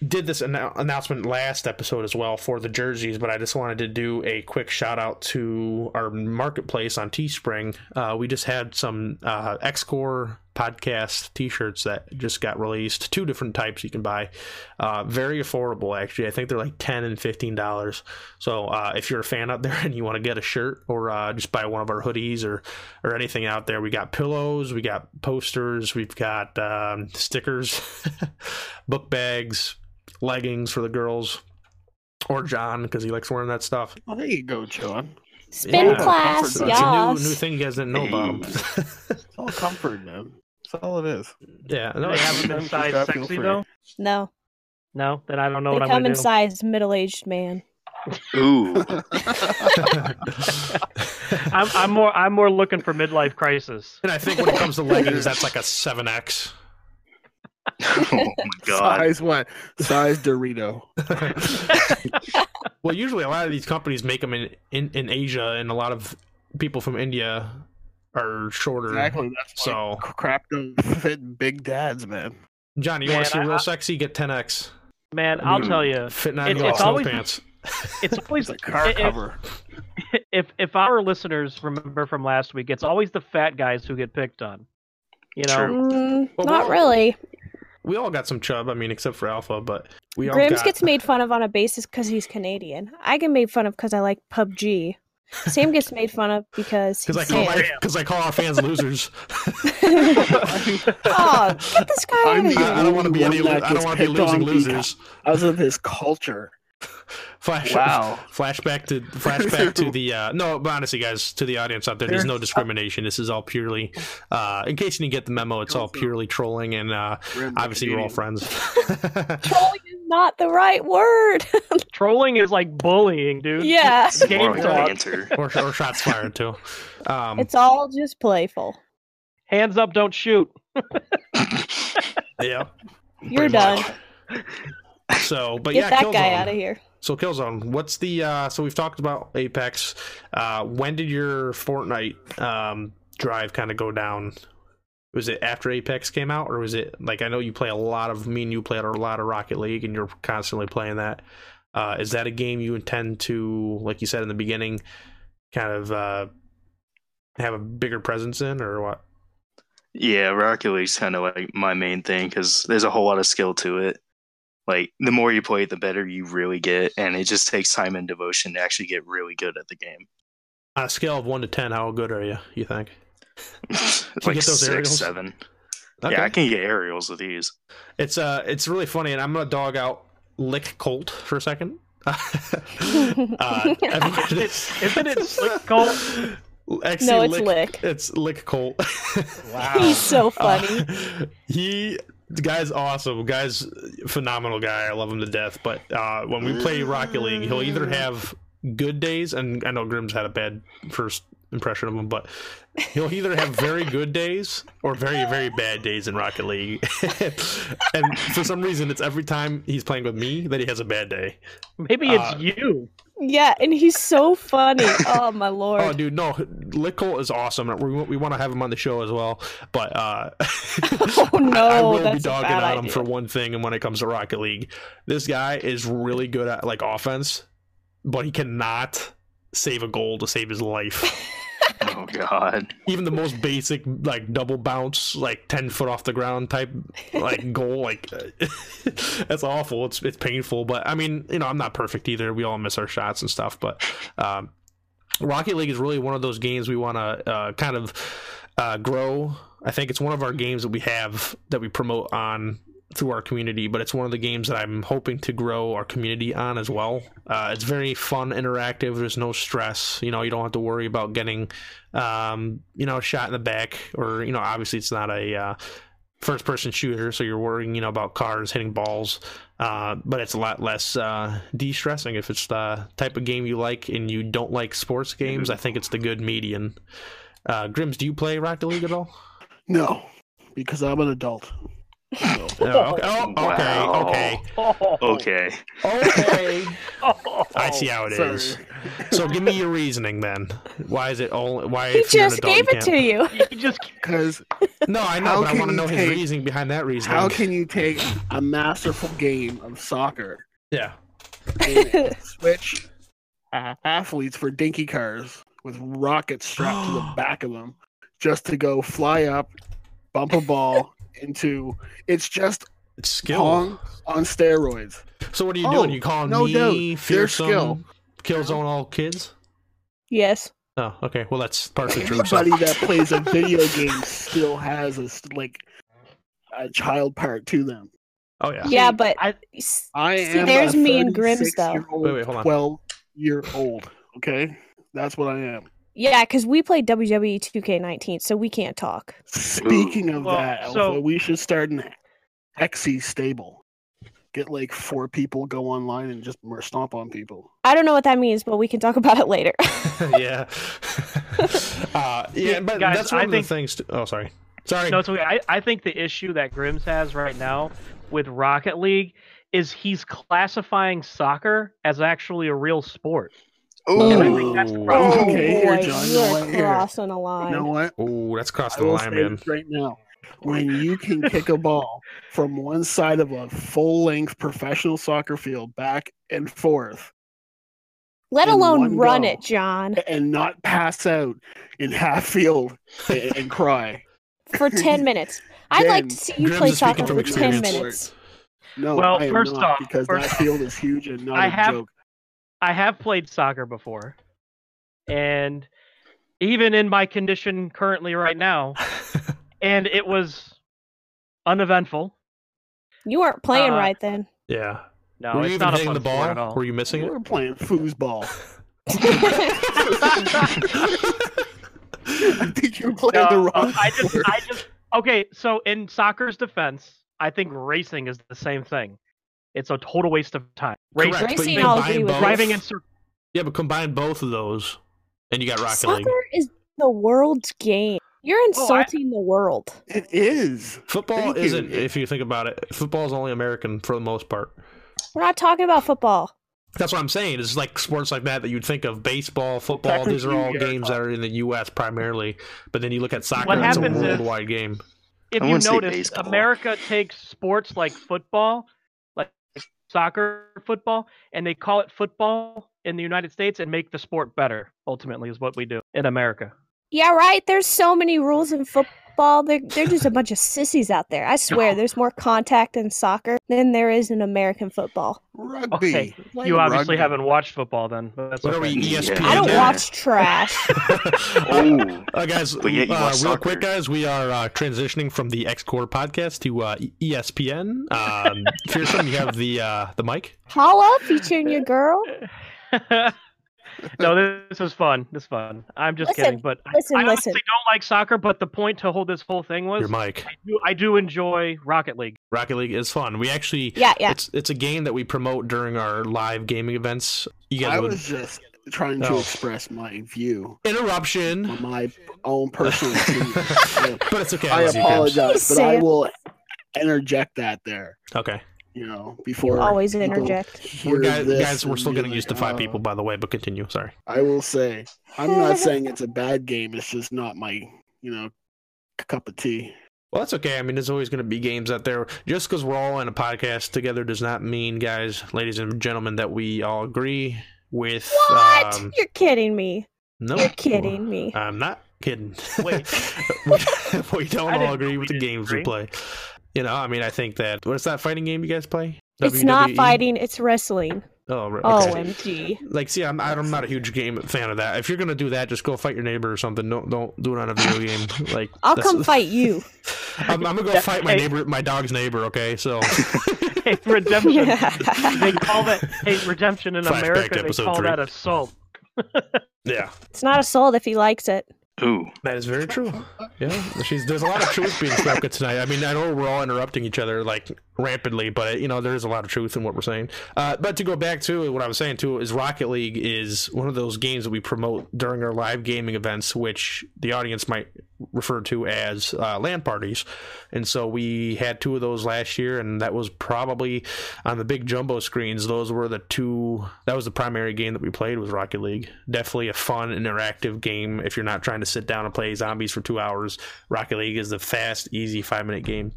Speaker 1: did this annou- announcement last episode as well for the jerseys, but I just wanted to do a quick shout out to our marketplace on Teespring. Uh, we just had some uh, Xcore podcast t-shirts that just got released two different types you can buy uh very affordable actually i think they're like 10 and 15 dollars so uh if you're a fan out there and you want to get a shirt or uh just buy one of our hoodies or or anything out there we got pillows we got posters we've got um stickers book bags leggings for the girls or john because he likes wearing that stuff
Speaker 2: Well, there you go, John.
Speaker 4: Spin
Speaker 1: Yeah.
Speaker 4: class,
Speaker 2: It's
Speaker 1: it's a new,
Speaker 4: yas.
Speaker 1: new thing you guys didn't know about 'em.
Speaker 2: It's all comfort, man. That's all it is.
Speaker 1: yeah
Speaker 3: Do
Speaker 1: no,
Speaker 3: they have them in
Speaker 2: Just
Speaker 3: size
Speaker 2: gotta feel
Speaker 3: sexy
Speaker 2: free.
Speaker 3: though?
Speaker 4: No,
Speaker 3: No, then I don't know
Speaker 4: they
Speaker 3: what I'm
Speaker 4: come
Speaker 3: gonna
Speaker 4: in
Speaker 3: do.
Speaker 4: size middle-aged man.
Speaker 5: Ooh, Oh
Speaker 3: I'm, I'm more I'm more looking for midlife crisis.
Speaker 1: And I think when it comes to leggings, that's like a seven X.
Speaker 5: oh my god.
Speaker 2: Size what? Size Dorito.
Speaker 1: well, usually a lot of these companies make them in, in in Asia, and a lot of people from India are shorter.
Speaker 2: Exactly. That's
Speaker 1: So,
Speaker 2: so crap don't fit big dads, man.
Speaker 1: John, you want
Speaker 3: Man,
Speaker 1: to see
Speaker 3: I-
Speaker 1: real
Speaker 3: I-
Speaker 1: sexy? Get ten X.
Speaker 3: Man, I'll
Speaker 5: Mm.
Speaker 3: tell you,
Speaker 1: Fitting on
Speaker 3: It's-
Speaker 1: your
Speaker 3: it's
Speaker 1: snow
Speaker 3: always-
Speaker 1: pants.
Speaker 3: it's always
Speaker 2: It's a car
Speaker 3: it- it-
Speaker 2: cover.
Speaker 3: if if our listeners remember from last week, it's always the fat guys who get picked on. You know,
Speaker 5: True.
Speaker 4: Mm,
Speaker 1: Well,
Speaker 4: not
Speaker 1: well-
Speaker 4: really.
Speaker 1: We all got some chub. I mean, except for Alpha, but we all
Speaker 4: Grims
Speaker 1: got.
Speaker 4: gets made fun of on a basis because he's Canadian. I get made fun of because I like PUBG. Sam gets made fun of because
Speaker 1: because I
Speaker 4: he's
Speaker 1: call
Speaker 4: gay.
Speaker 1: my, cause I call our fans losers.
Speaker 4: oh, get this guy out
Speaker 2: I'm
Speaker 4: of
Speaker 2: the-
Speaker 4: here!
Speaker 1: I, I don't want to be any.
Speaker 2: One that
Speaker 1: I don't
Speaker 2: gets
Speaker 1: want to be
Speaker 2: picked on
Speaker 1: losing
Speaker 2: because-
Speaker 1: losers.
Speaker 2: Because of his culture.
Speaker 1: Flash,
Speaker 2: Wow.
Speaker 1: flashback to flashback to the uh no but honestly guys to the audience out there there's no discrimination this is all purely uh in case you didn't get the memo it's all purely trolling and uh
Speaker 2: Grim
Speaker 1: obviously we're all
Speaker 2: Canadian.
Speaker 1: friends
Speaker 4: Trolling is not the right word.
Speaker 3: trolling is like bullying, dude.
Speaker 4: yeah,
Speaker 5: It's more like
Speaker 3: GameStop.
Speaker 5: banter.
Speaker 1: or, or shots fired too um
Speaker 4: it's all just playful.
Speaker 3: Hands up, don't shoot.
Speaker 1: yeah
Speaker 4: You're
Speaker 1: pretty
Speaker 4: done.
Speaker 1: much. so but yeah
Speaker 4: Get that guy
Speaker 1: Killzone.
Speaker 4: out of here.
Speaker 1: so killzone what's the uh so we've talked about apex uh when did your fortnite um drive kind of go down was it after apex came out or was it like i know you play a lot of me and you played a lot of rocket league and you're constantly playing that uh is that a game you intend to like you said in the beginning kind of uh have a bigger presence in or what
Speaker 5: Yeah, Rocket League's kind of like my main thing because there's a whole lot of skill to it. Like the more you play, it, the better you really get, and it just takes time and devotion to actually get really good at the game.
Speaker 1: On a scale of one to ten, how good are you? You think?
Speaker 5: like
Speaker 1: get those
Speaker 5: six,
Speaker 1: aerials?
Speaker 5: seven.
Speaker 1: Okay.
Speaker 5: Yeah, I can get aerials with these.
Speaker 1: It's uh, it's really funny, and I'm gonna dog out Lick Colt for a second. uh, everybody-
Speaker 3: It's- isn't it Slick Colt?
Speaker 1: Actually,
Speaker 4: No, it's Lick.
Speaker 1: It's Lick Colt.
Speaker 3: Wow.
Speaker 4: He's so funny.
Speaker 1: Uh, he the guy's awesome. Guy's phenomenal guy. I love him to death. But uh, when we play Rocket League, he'll either have good days, and I know Grimm's had a bad first impression of him, but he'll either have very good days or very very bad days in Rocket League. and for some reason, it's every time he's playing with me that he has a bad day.
Speaker 3: Maybe it's
Speaker 1: Uh,
Speaker 3: you.
Speaker 4: yeah, and he's so funny. Oh my lord.
Speaker 1: Oh, dude, no, Lickle is awesome. We, we want to have him on the show as well, but uh,
Speaker 4: Oh, no,
Speaker 1: I, I will be
Speaker 4: that's a
Speaker 1: dogging
Speaker 4: bad
Speaker 1: on him
Speaker 4: idea.
Speaker 1: for one thing. And when it comes to Rocket League, this guy is really good at like offense, but he cannot save a goal to save his life.
Speaker 5: Oh God,
Speaker 1: Even the most basic like double bounce, like ten foot off the ground type like goal, like that's awful. It's it's painful, but I mean, you know, I'm not perfect either. We all miss our shots and stuff, but um, Rocket League is really one of those games we want to uh, kind of uh, grow. I think it's one of our games that we have that we promote on through our community, but it's one of the games that I'm hoping to grow our community on as well. Uh, it's very fun, interactive. There's no stress. You know, you don't have to worry about getting, um, you know, shot in the back or you know, obviously it's not a uh, first person shooter, so you're worrying, you know, about cars hitting balls. Uh, but it's a lot less uh, de-stressing if it's the type of game you like and you don't like sports games. I think it's the good median. Uh, Grims, do you play Rocket League at all?
Speaker 2: No, because I'm an adult. So,
Speaker 1: No, okay. Oh, okay,
Speaker 5: Wow.
Speaker 1: okay,
Speaker 3: Oh,
Speaker 5: okay.
Speaker 1: okay.
Speaker 3: Oh.
Speaker 1: I see how it is.
Speaker 2: sorry.
Speaker 1: So give me your reasoning then. Why is it all? Why
Speaker 4: he
Speaker 1: if you're an
Speaker 4: just
Speaker 1: adult,
Speaker 4: gave it to you.
Speaker 3: You just
Speaker 2: Because
Speaker 1: can't- No, I know,
Speaker 2: How
Speaker 1: but I
Speaker 2: can
Speaker 1: want to
Speaker 2: you
Speaker 1: know his
Speaker 2: take-
Speaker 1: reasoning behind that reasoning.
Speaker 2: how can you take a masterful game of soccer
Speaker 1: yeah.
Speaker 2: and switch athletes for dinky cars with rockets strapped to the back of them just to go fly up, bump a ball into it's just
Speaker 1: It's skill.
Speaker 2: Pong on steroids.
Speaker 1: so what are you
Speaker 2: Oh,
Speaker 1: doing? You calling
Speaker 2: no
Speaker 1: me
Speaker 2: doubt. Their
Speaker 1: fearsome?
Speaker 2: skill.
Speaker 1: Kills on all kids?
Speaker 4: Yes.
Speaker 1: Oh, okay. Well, that's partially true. So.
Speaker 2: Anybody that plays a video game still has a s- like a child part to them.
Speaker 1: Oh yeah.
Speaker 4: Yeah, but
Speaker 3: I-
Speaker 4: s-
Speaker 2: I
Speaker 4: See,
Speaker 2: am
Speaker 4: there's
Speaker 2: a
Speaker 4: me and Grimm's, though.
Speaker 2: 36-year-old,
Speaker 1: Wait, wait, hold on.
Speaker 2: Twelve year old. Okay, that's what I am.
Speaker 4: yeah, because we played E WWE 2K19, so we can't talk.
Speaker 2: Speaking of
Speaker 3: Well,
Speaker 2: that,
Speaker 3: so-
Speaker 2: Alpha, we should start an Hexy stable. Get like four people go online and just mer- stomp on people.
Speaker 4: I don't know what that means, but we can talk about it later.
Speaker 1: yeah. uh, yeah,
Speaker 3: Yeah,
Speaker 1: but
Speaker 3: guys,
Speaker 1: that's one
Speaker 3: I
Speaker 1: of
Speaker 3: think-
Speaker 1: the things. To, oh, sorry. Sorry.
Speaker 3: No, it's okay. I, I think the issue that Grims has right now with Rocket League is he's classifying soccer as actually a real sport. And I
Speaker 5: Ooh.
Speaker 3: think that's the
Speaker 1: Ooh.
Speaker 3: problem.
Speaker 4: oh
Speaker 2: Okay, here,
Speaker 4: boy,
Speaker 2: John,
Speaker 4: you
Speaker 2: no
Speaker 4: are
Speaker 2: one here.
Speaker 4: crossing a line.
Speaker 2: You know what?
Speaker 1: Ooh, that's
Speaker 2: I
Speaker 1: crossing the
Speaker 2: will
Speaker 1: line,
Speaker 2: say
Speaker 1: man.
Speaker 2: this right now. When you can kick a ball from one side of a full length professional soccer field back and forth
Speaker 4: Let
Speaker 2: in
Speaker 4: alone
Speaker 2: one
Speaker 4: run
Speaker 2: go.
Speaker 4: it, John,
Speaker 2: and not pass out in half field and, and cry.
Speaker 4: for 10 minutes. I'd like
Speaker 2: Then
Speaker 4: to see you
Speaker 1: Grimm's
Speaker 4: play
Speaker 1: is speaking
Speaker 4: soccer
Speaker 1: from
Speaker 4: for 10
Speaker 1: experience.
Speaker 4: minutes.
Speaker 2: No,
Speaker 3: Well,
Speaker 2: I am
Speaker 3: first
Speaker 2: not,
Speaker 3: off-
Speaker 2: because
Speaker 3: first
Speaker 2: that
Speaker 3: off,
Speaker 2: field is huge and not
Speaker 3: I
Speaker 2: a
Speaker 3: have-
Speaker 2: joke.
Speaker 3: I have played soccer before. And even in my condition currently right now, and it was uneventful.
Speaker 4: You weren't playing
Speaker 3: Uh,
Speaker 4: right then.
Speaker 1: Yeah.
Speaker 3: No,
Speaker 1: Were you
Speaker 3: it's
Speaker 1: even
Speaker 3: not a
Speaker 1: hitting
Speaker 3: fun
Speaker 1: the
Speaker 3: sport at
Speaker 1: ball?
Speaker 3: all.
Speaker 1: Were you missing it?
Speaker 2: We're playing foosball. I think you're playing the
Speaker 3: No, uh,
Speaker 2: wrong.
Speaker 3: I just,
Speaker 2: sport.
Speaker 3: I just, okay. So in soccer's defense, I think racing is the same thing. It's a total waste of time. Racing,
Speaker 1: Correct, but
Speaker 4: Racing,
Speaker 1: you
Speaker 4: I'll
Speaker 1: combine
Speaker 4: agree with
Speaker 1: both-
Speaker 3: driving in circles.
Speaker 1: Yeah, but combine both of those, and you got Rocket
Speaker 4: Soccer
Speaker 1: League.
Speaker 4: is the world's game. You're
Speaker 3: Oh, I-
Speaker 4: insulting the world.
Speaker 2: it is.
Speaker 1: Football
Speaker 2: Thank you.
Speaker 1: isn't, if you think about it. Football is only American for the most part.
Speaker 4: We're not talking about football.
Speaker 1: That's what I'm saying. It's like sports like that that you'd think of baseball, football. These are all
Speaker 2: Technically, yeah.
Speaker 1: games that are in the U.S. primarily, but then you look at soccer.
Speaker 3: What
Speaker 1: it's a
Speaker 3: happens is-
Speaker 1: worldwide game.
Speaker 3: If
Speaker 5: I
Speaker 3: you
Speaker 5: wouldn't say
Speaker 3: notice,
Speaker 5: baseball.
Speaker 3: America takes sports like football, like soccer, football, and they call it football in the United States and make the sport better. Ultimately, is what we do in America.
Speaker 4: Yeah, right. There's so many rules in football. They're, they're just a bunch of sissies out there. I swear, there's more contact in soccer than there is in American football.
Speaker 2: Rugby.
Speaker 3: Okay,
Speaker 2: Play
Speaker 3: You obviously
Speaker 2: rugby.
Speaker 3: haven't watched football then. But that's
Speaker 1: What are we, E
Speaker 3: okay.
Speaker 1: ESPN?
Speaker 4: I don't
Speaker 5: Yeah.
Speaker 4: watch trash.
Speaker 5: Oh,
Speaker 1: Uh, guys,
Speaker 5: But yet you
Speaker 1: uh,
Speaker 5: watch
Speaker 1: real
Speaker 5: soccer.
Speaker 1: quick, guys, we are uh, transitioning from the X Core podcast to uh, ESPN. Um, Fearsome, you have the uh, the mic.
Speaker 4: Holla, featuring your girl.
Speaker 3: no, this is fun. This is fun. I'm just
Speaker 4: Listen,
Speaker 3: kidding. But I-
Speaker 4: listen,
Speaker 3: I
Speaker 4: listen.
Speaker 3: honestly don't like soccer. But the point to hold this whole thing was
Speaker 1: Your mic.
Speaker 3: I do, I do enjoy Rocket League.
Speaker 1: Rocket League is fun. We actually,
Speaker 4: Yeah, yeah.
Speaker 1: it's it's a game that we promote during our live gaming events. You guys
Speaker 2: I
Speaker 1: would
Speaker 2: was just trying to
Speaker 1: Oh.
Speaker 2: express my view
Speaker 1: interruption,
Speaker 2: on my own personal opinion. I-
Speaker 1: but it's okay.
Speaker 2: I
Speaker 1: love you, Gibbs.
Speaker 2: apologize, but I
Speaker 4: Sam.
Speaker 2: will interject that there.
Speaker 1: Okay,
Speaker 2: You know,
Speaker 4: You
Speaker 2: before
Speaker 4: always
Speaker 2: people
Speaker 4: interject.
Speaker 1: we're
Speaker 2: hear
Speaker 1: guys,
Speaker 2: this
Speaker 1: guys, we're
Speaker 2: and
Speaker 1: still
Speaker 2: be
Speaker 1: getting
Speaker 2: like,
Speaker 1: used to five
Speaker 2: "Oh."
Speaker 1: people, by the way. But continue. Sorry.
Speaker 2: I will say, I'm not saying it's a bad game. It's just not my, you know, cup of tea.
Speaker 1: Well, that's okay. I mean, there's always going to be games out there. Just because we're all in a podcast together does not mean, guys, ladies and gentlemen, that we all agree with.
Speaker 4: What?
Speaker 1: Um,
Speaker 4: You're kidding me.
Speaker 1: no, Uh,
Speaker 4: You're kidding me.
Speaker 1: I'm not kidding.
Speaker 3: Wait.
Speaker 1: we, we don't
Speaker 3: I didn't
Speaker 1: all agree
Speaker 3: know
Speaker 1: with
Speaker 3: we
Speaker 1: the
Speaker 3: didn't
Speaker 1: games we
Speaker 3: agree.
Speaker 1: play. You know, I mean, I think that what's that fighting game you guys play?
Speaker 4: It's not
Speaker 1: WWE?
Speaker 4: fighting, it's wrestling.
Speaker 1: Oh, right, E. okay.
Speaker 4: OMG.
Speaker 1: Like, see, I'm I'm not a huge game fan of that. If you're gonna do that, just go fight your neighbor or something. Don't don't do it on a video game. Like,
Speaker 4: I'll
Speaker 1: that's-
Speaker 4: come fight you.
Speaker 1: I'm, I'm gonna go
Speaker 3: Yeah,
Speaker 1: fight my
Speaker 3: hey.
Speaker 1: neighbor, my dog's neighbor. Okay, so
Speaker 3: Hey, redemption. they call that hey redemption in
Speaker 1: Flashback to
Speaker 3: America. They
Speaker 1: episode
Speaker 3: call
Speaker 1: three.
Speaker 3: that assault.
Speaker 1: yeah,
Speaker 4: It's not assault if he likes it.
Speaker 5: ooh.
Speaker 1: that is very true. Yeah, she's there's a lot of truth being spoken tonight. I mean, I know we're all interrupting each other like rampantly, but you know there is a lot of truth in what we're saying. Uh, but to go back to what I was saying too is Rocket League is one of those games that we promote during our live gaming events, which the audience might refer to as uh, land parties. And so we had two of those last year, and that was probably on the big jumbo screens. Those were the two. That was the primary game that we played was Rocket League. Definitely a fun, interactive game. If you're not trying to sit down and play zombies for two hours, Rocket League is the fast, easy five minute game.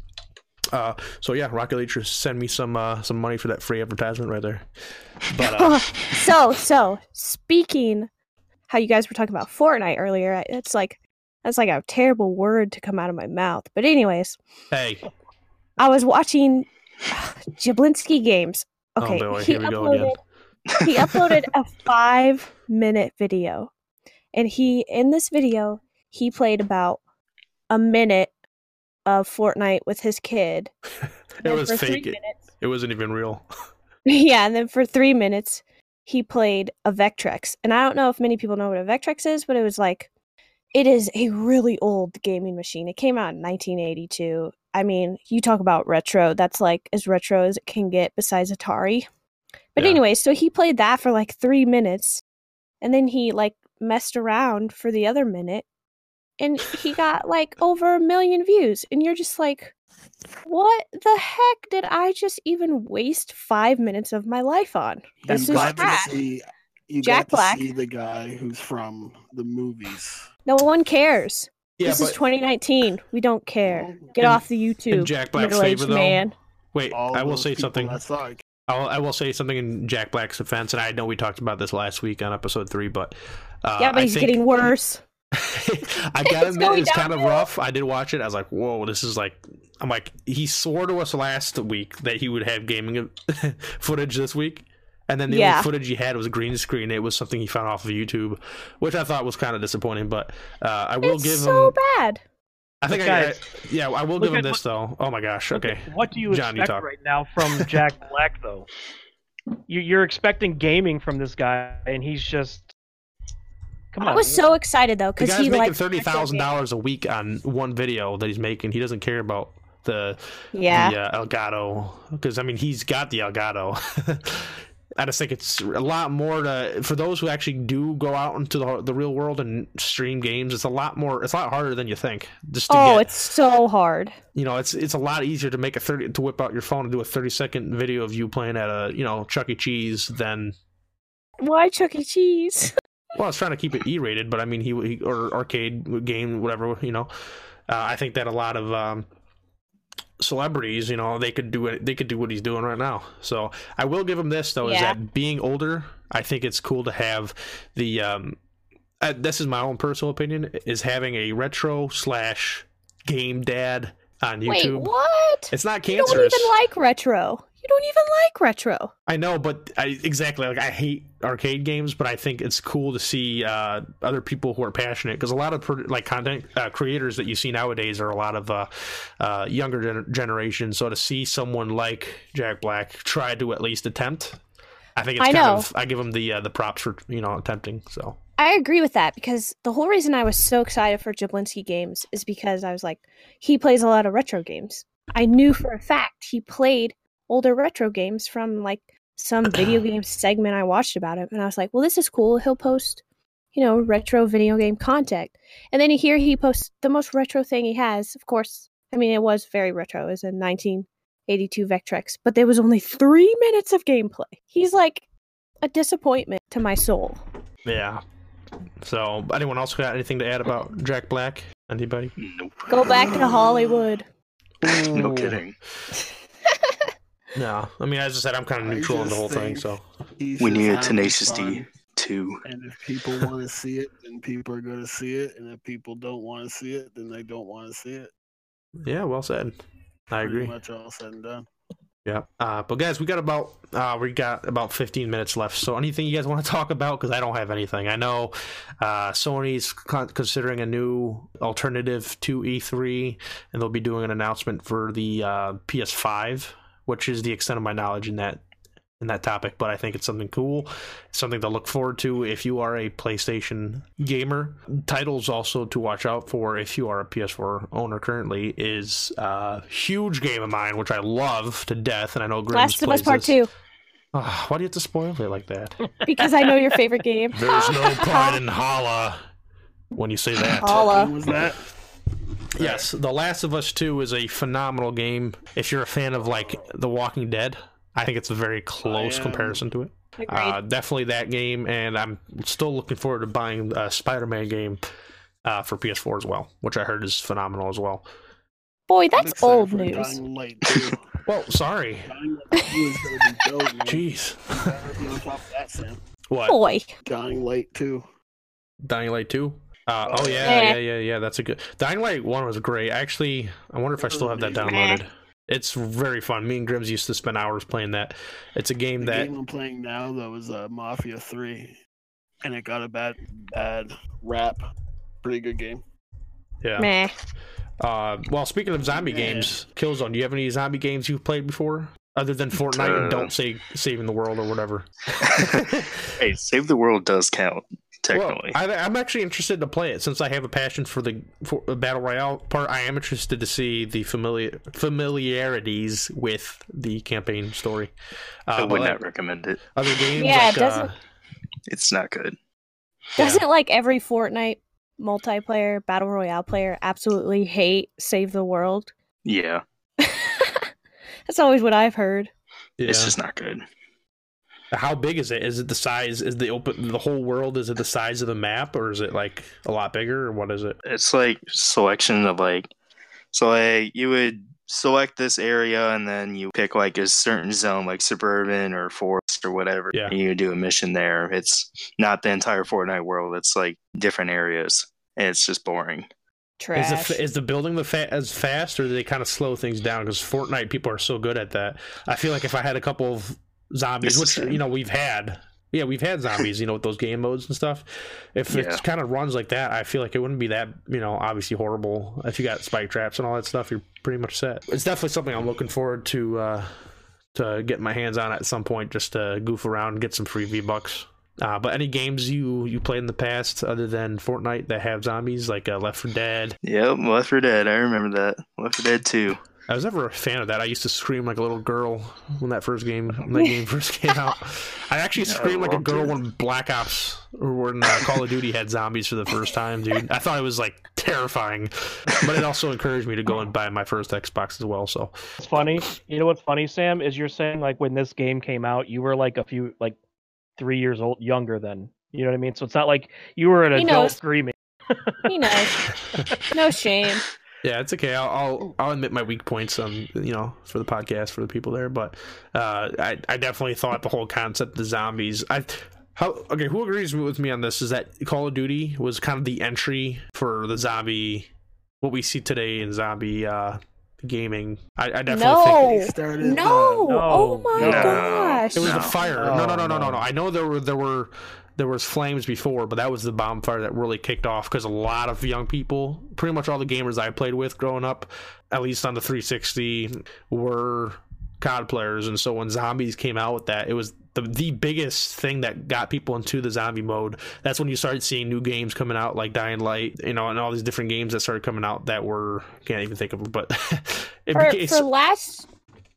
Speaker 1: Uh, so yeah, Rocket League should send me some uh, some money for that free advertisement right there. But uh,
Speaker 4: So, so speaking how you guys were talking about Fortnite earlier, I- it's like that's like a terrible word to come out of my mouth. But anyways,
Speaker 1: hey,
Speaker 4: I was watching Jablinski games. Okay,
Speaker 1: oh boy,
Speaker 4: he
Speaker 1: here we go
Speaker 4: uploaded
Speaker 1: again.
Speaker 4: he uploaded a five minute video and he in this video he played about a minute of fortnite with his kid
Speaker 1: It
Speaker 4: And
Speaker 1: was
Speaker 4: for three
Speaker 1: fake. It,
Speaker 4: minutes-
Speaker 1: it wasn't even real.
Speaker 4: yeah and then for three minutes he played a vectrex and i don't know if many people know what a vectrex is but it was like it is a really old gaming machine it came out in 1982 i mean you talk about retro that's like as retro as it can get besides atari but
Speaker 1: Yeah.
Speaker 4: anyway, so he played that for like three minutes, and then he like messed around for the other minute, and he got like over a million views. And you're just like, what the heck did I just even waste five minutes of my life on? This
Speaker 2: you
Speaker 4: is
Speaker 2: got
Speaker 4: trash.
Speaker 2: to see, you got
Speaker 4: Jack
Speaker 2: to
Speaker 4: Black.
Speaker 2: see the guy who's from the movies.
Speaker 4: No one cares.
Speaker 1: Yeah,
Speaker 4: this
Speaker 1: but
Speaker 4: is 2019. We don't care. Get
Speaker 1: In-
Speaker 4: off the YouTube,
Speaker 1: in Jack Black's
Speaker 4: middle-aged
Speaker 1: favor though.
Speaker 4: man.
Speaker 1: Wait,
Speaker 2: All
Speaker 1: I will
Speaker 2: those
Speaker 1: say
Speaker 2: people
Speaker 1: something.
Speaker 2: That suck.
Speaker 1: I'll, I will say something in Jack Black's defense, and I know we talked about this last week on episode three, but uh,
Speaker 4: yeah, but
Speaker 1: I
Speaker 4: he's
Speaker 1: think-
Speaker 4: getting worse.
Speaker 1: I gotta
Speaker 4: It's
Speaker 1: admit,
Speaker 4: going
Speaker 1: it's kind of
Speaker 4: downhill.
Speaker 1: rough. I did watch it. I was like, "Whoa, this is like." I'm like, he swore to us last week that he would have gaming footage this week, and then the
Speaker 4: Yeah.
Speaker 1: only footage he had was green screen. It was something he found off of YouTube, which I thought was kind of disappointing. But uh, I will
Speaker 4: it's
Speaker 1: give
Speaker 4: so
Speaker 1: him.
Speaker 4: bad.
Speaker 1: I think, I, I,
Speaker 3: Guys,
Speaker 1: yeah, I will
Speaker 3: look
Speaker 1: give him
Speaker 3: at
Speaker 1: this though. Oh my gosh, okay.
Speaker 3: What do you
Speaker 1: John, you
Speaker 3: expect
Speaker 1: talk.
Speaker 3: right now from Jack Black though? You, you're expecting gaming from this guy, and he's just come on.
Speaker 4: I was so excited though
Speaker 1: The
Speaker 4: because
Speaker 1: guy's
Speaker 4: he
Speaker 1: making
Speaker 4: like
Speaker 1: thirty thousand dollars a week on one video that he's making. He doesn't care about the
Speaker 4: Yeah,
Speaker 1: the uh, Elgato because I mean he's got the Elgato. I just think it's a lot more to for those who actually do go out into the, the real world and stream games. It's a lot more. It's a lot harder than you think. Just to
Speaker 4: oh,
Speaker 1: get,
Speaker 4: it's so hard.
Speaker 1: you know, it's it's a lot easier to make a thirty to whip out your phone and do a thirty second video of you playing at a you know Chuck E. Cheese than
Speaker 4: Why Chuck E. Cheese?
Speaker 1: Well, I was trying to keep it E rated, but I mean, he, he or arcade game, whatever, you know. Uh, I think that a lot of um, celebrities, you know, they could do it. They could do what he's doing right now. So I will give him this though: is
Speaker 4: Yeah.
Speaker 1: that being older, I think it's cool to have the um, uh, this is my own personal opinion, is having a retro slash game dad on YouTube.
Speaker 4: Wait, what?
Speaker 1: It's not
Speaker 4: You don't
Speaker 1: cancerous.
Speaker 4: even like retro. You don't even like retro.
Speaker 1: I know, but I exactly like I hate arcade games, but I think it's cool to see uh, other people who are passionate because a lot of pro- like content uh, creators that you see nowadays are a lot of uh, uh, younger gener- generation. So to see someone like Jack Black try to at least attempt, I think it's
Speaker 4: I
Speaker 1: kind
Speaker 4: know.
Speaker 1: of I give him the uh, the props for you know attempting. So
Speaker 4: I agree with that because the whole reason I was so excited for Jablinski games is because I was like, he plays a lot of retro games. I knew for a fact he played older retro games from like some video game segment I watched about him. And I was like, well, this is cool. He'll post, you know, retro video game content. And then here he posts the most retro thing he has. Of course, I mean, it was very retro. It was a 1982 Vectrex, but there was only three minutes of gameplay. He's like a disappointment to my soul.
Speaker 1: yeah. So anyone else got anything to add about Jack Black? Anybody?
Speaker 5: Nope.
Speaker 4: Go back to Hollywood.
Speaker 5: no kidding.
Speaker 1: No, I mean as I said, I'm kind of
Speaker 2: I
Speaker 1: neutral on the
Speaker 2: just
Speaker 1: whole thing.
Speaker 2: think-
Speaker 1: So
Speaker 2: He's
Speaker 5: We
Speaker 2: just
Speaker 5: need a
Speaker 2: having
Speaker 5: Tenacious D
Speaker 2: fun,
Speaker 5: too.
Speaker 2: And if people want to see it, then people are going to see it. And if people don't want to see it, then they don't want to see it.
Speaker 1: yeah, well said. I
Speaker 2: Pretty
Speaker 1: agree.
Speaker 2: Much all said and done.
Speaker 1: Yeah. Uh, but guys, we got about uh, we got about 15 minutes left. So anything you guys want to talk about? Because I don't have anything. I know uh, Sony's con- considering a new alternative to E3, and they'll be doing an announcement for the uh, PS5, which is the extent of my knowledge in that in that topic. But I think it's something cool, something to look forward to if you are a PlayStation gamer. Titles also to watch out for if you are a PS4 owner currently is a huge game of mine, which I love to death, and I know Grimm's
Speaker 4: Last of
Speaker 1: plays
Speaker 4: Us Part
Speaker 1: this.
Speaker 4: Two
Speaker 1: Ah, why do you have to spoil it like that?
Speaker 4: because I know your favorite game.
Speaker 1: There's no pride in holla when you say that.
Speaker 2: Who
Speaker 4: Paula.
Speaker 2: was that?
Speaker 1: Yes, The Last of Us 2 is a phenomenal game. If you're a fan of like The Walking Dead, I think it's a very close
Speaker 2: am.
Speaker 1: comparison to it. Uh, definitely that game, and I'm still looking forward to buying a Spider-Man game uh, for PS4 as well, which I heard is phenomenal as well.
Speaker 4: Boy,
Speaker 2: I'm
Speaker 4: that's
Speaker 2: excited
Speaker 4: old
Speaker 2: for
Speaker 4: news.
Speaker 2: Dying Light too.
Speaker 1: Well, sorry.
Speaker 2: Dying Light 2 is going to be dope, man.
Speaker 1: Jeez.
Speaker 2: You better be on top of that, Sam.
Speaker 1: What?
Speaker 4: Boy,
Speaker 2: Dying Light too.
Speaker 1: Dying Light 2? Uh,
Speaker 2: Oh,
Speaker 1: oh yeah,
Speaker 4: yeah.
Speaker 1: yeah, yeah, yeah. That's a good. Dying Light One was great. I Actually, I wonder if I still have that downloaded. It's very fun. Me and Grims used to spend hours playing that. It's a game
Speaker 2: The
Speaker 1: that
Speaker 2: game I'm playing now though is uh, Mafia Three, and it got a bad bad rap. Pretty good game.
Speaker 1: yeah.
Speaker 4: meh.
Speaker 1: Uh, well, speaking of zombie games, Killzone. Do you have any zombie games you've played before, other than Fortnite and
Speaker 5: Uh.
Speaker 1: Don't Say Saving the World or whatever?
Speaker 5: hey, Save the World does count
Speaker 1: well,
Speaker 5: technically.
Speaker 1: I, I'm actually interested to play it since I have a passion for the for the battle royale part. I am interested to see the familiar familiarities with the campaign story. Uh,
Speaker 5: I, would
Speaker 1: but,
Speaker 5: not
Speaker 1: like,
Speaker 5: recommend it.
Speaker 1: Other games,
Speaker 4: Yeah, it
Speaker 1: like,
Speaker 4: doesn't-
Speaker 1: uh,
Speaker 5: It's not good.
Speaker 4: Doesn't like every Fortnite multiplayer battle royale player absolutely hate Save the World?
Speaker 5: Yeah,
Speaker 4: that's always what I've heard.
Speaker 1: yeah.
Speaker 5: it's just not good.
Speaker 1: how big is it? Is it the size? Is the open the whole world? Is it the size of the map, or is it like a lot bigger, or what is it?
Speaker 5: It's like selection of like, so like you would select this area and then you pick like a certain zone, like suburban or forest or whatever.
Speaker 1: Yeah.
Speaker 5: And you do a mission there. It's not the entire Fortnite world. It's like different areas, and it's just boring.
Speaker 1: Is the,
Speaker 4: Trash.
Speaker 1: fa- is the building the fa- as fast, or do they kind of slow things down? Because Fortnite people are so good at that. I feel like if I had a couple of zombies,
Speaker 5: It's
Speaker 1: which
Speaker 5: the same.
Speaker 1: you know we've had, yeah, we've had zombies, you know, with those game modes and stuff. If
Speaker 5: Yeah.
Speaker 1: it kind of runs like that, I feel like it wouldn't be that, you know, obviously horrible. If you got spike traps and all that stuff, you're pretty much set. It's definitely something I'm looking forward to uh, to get my hands on at some point, just to goof around, and get some free V bucks. Uh, but any games you you played in the past other than Fortnite that have zombies, like uh, Left 4 Dead,
Speaker 5: Yep, Left 4 Dead. I remember that. Left 4 Dead 2.
Speaker 1: I was never a fan of that. I used to scream like a little girl when that first game when that game first came out. I actually
Speaker 5: Yeah, I
Speaker 1: screamed like a
Speaker 5: loved
Speaker 1: girl
Speaker 5: it.
Speaker 1: when Black Ops or when uh, Call of Duty had zombies for the first time, dude. I thought it was like terrifying, but it also encouraged me to go and buy my first Xbox as well. So
Speaker 3: It's funny. You know what's funny, Sam, is you're saying like when this game came out, you were like a few like three years old younger than you know what I mean? So it's not like you were an
Speaker 4: He
Speaker 3: adult
Speaker 4: knows.
Speaker 3: screaming.
Speaker 4: he knows. No shame.
Speaker 1: yeah, it's okay. I'll I'll, I'll admit my weak points on you know for the podcast for the people there, but uh, I I definitely thought the whole concept of zombies I. How okay? Who agrees with me on this? Is that Call of Duty was kind of the entry for the zombie, what we see today in zombie uh, gaming. I, I definitely think
Speaker 2: They
Speaker 4: No.
Speaker 2: started,
Speaker 4: No.
Speaker 2: uh,
Speaker 4: Oh
Speaker 3: No.
Speaker 4: my
Speaker 5: No.
Speaker 4: gosh.
Speaker 1: it was
Speaker 5: No.
Speaker 1: the fire. No, no, no, no, no,
Speaker 3: Oh,
Speaker 1: no.
Speaker 3: no.
Speaker 1: I know there were there were there was flames before, but that was the bonfire that really kicked off because a lot of young people, pretty much all the gamers I played with growing up, at least on the 360, were COD players, and so when zombies came out with that, it was the the biggest thing that got people into the zombie mode. That's when you started seeing new games coming out like Dying Light, you know, and all these different games that started coming out that were can't even think of them, but it
Speaker 4: for,
Speaker 1: became,
Speaker 4: for last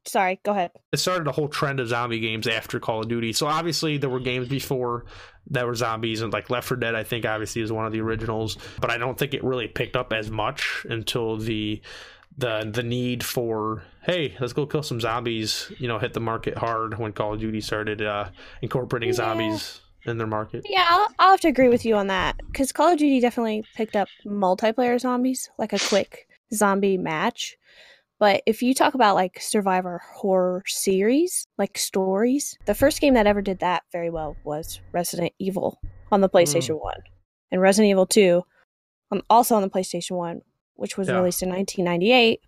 Speaker 4: sorry go ahead
Speaker 1: it started a whole trend of zombie games after Call of Duty. So obviously there were games before that were zombies and like Left 4 Dead I think obviously is one of the originals, but I don't think it really picked up as much until the the the need for hey, let's go kill some zombies, you know, hit the market hard when Call of Duty started uh incorporating
Speaker 4: Yeah.
Speaker 1: zombies in their market.
Speaker 4: yeah i'll, I'll have to agree with you on that because call of duty definitely picked up multiplayer zombies like a quick zombie match but if you talk about like survivor horror series like stories the first game that ever did that very well was resident evil on the
Speaker 3: Hmm.
Speaker 4: playstation 1 and resident evil 2 on, also on the playstation 1 which was
Speaker 1: Yeah.
Speaker 4: released in 1998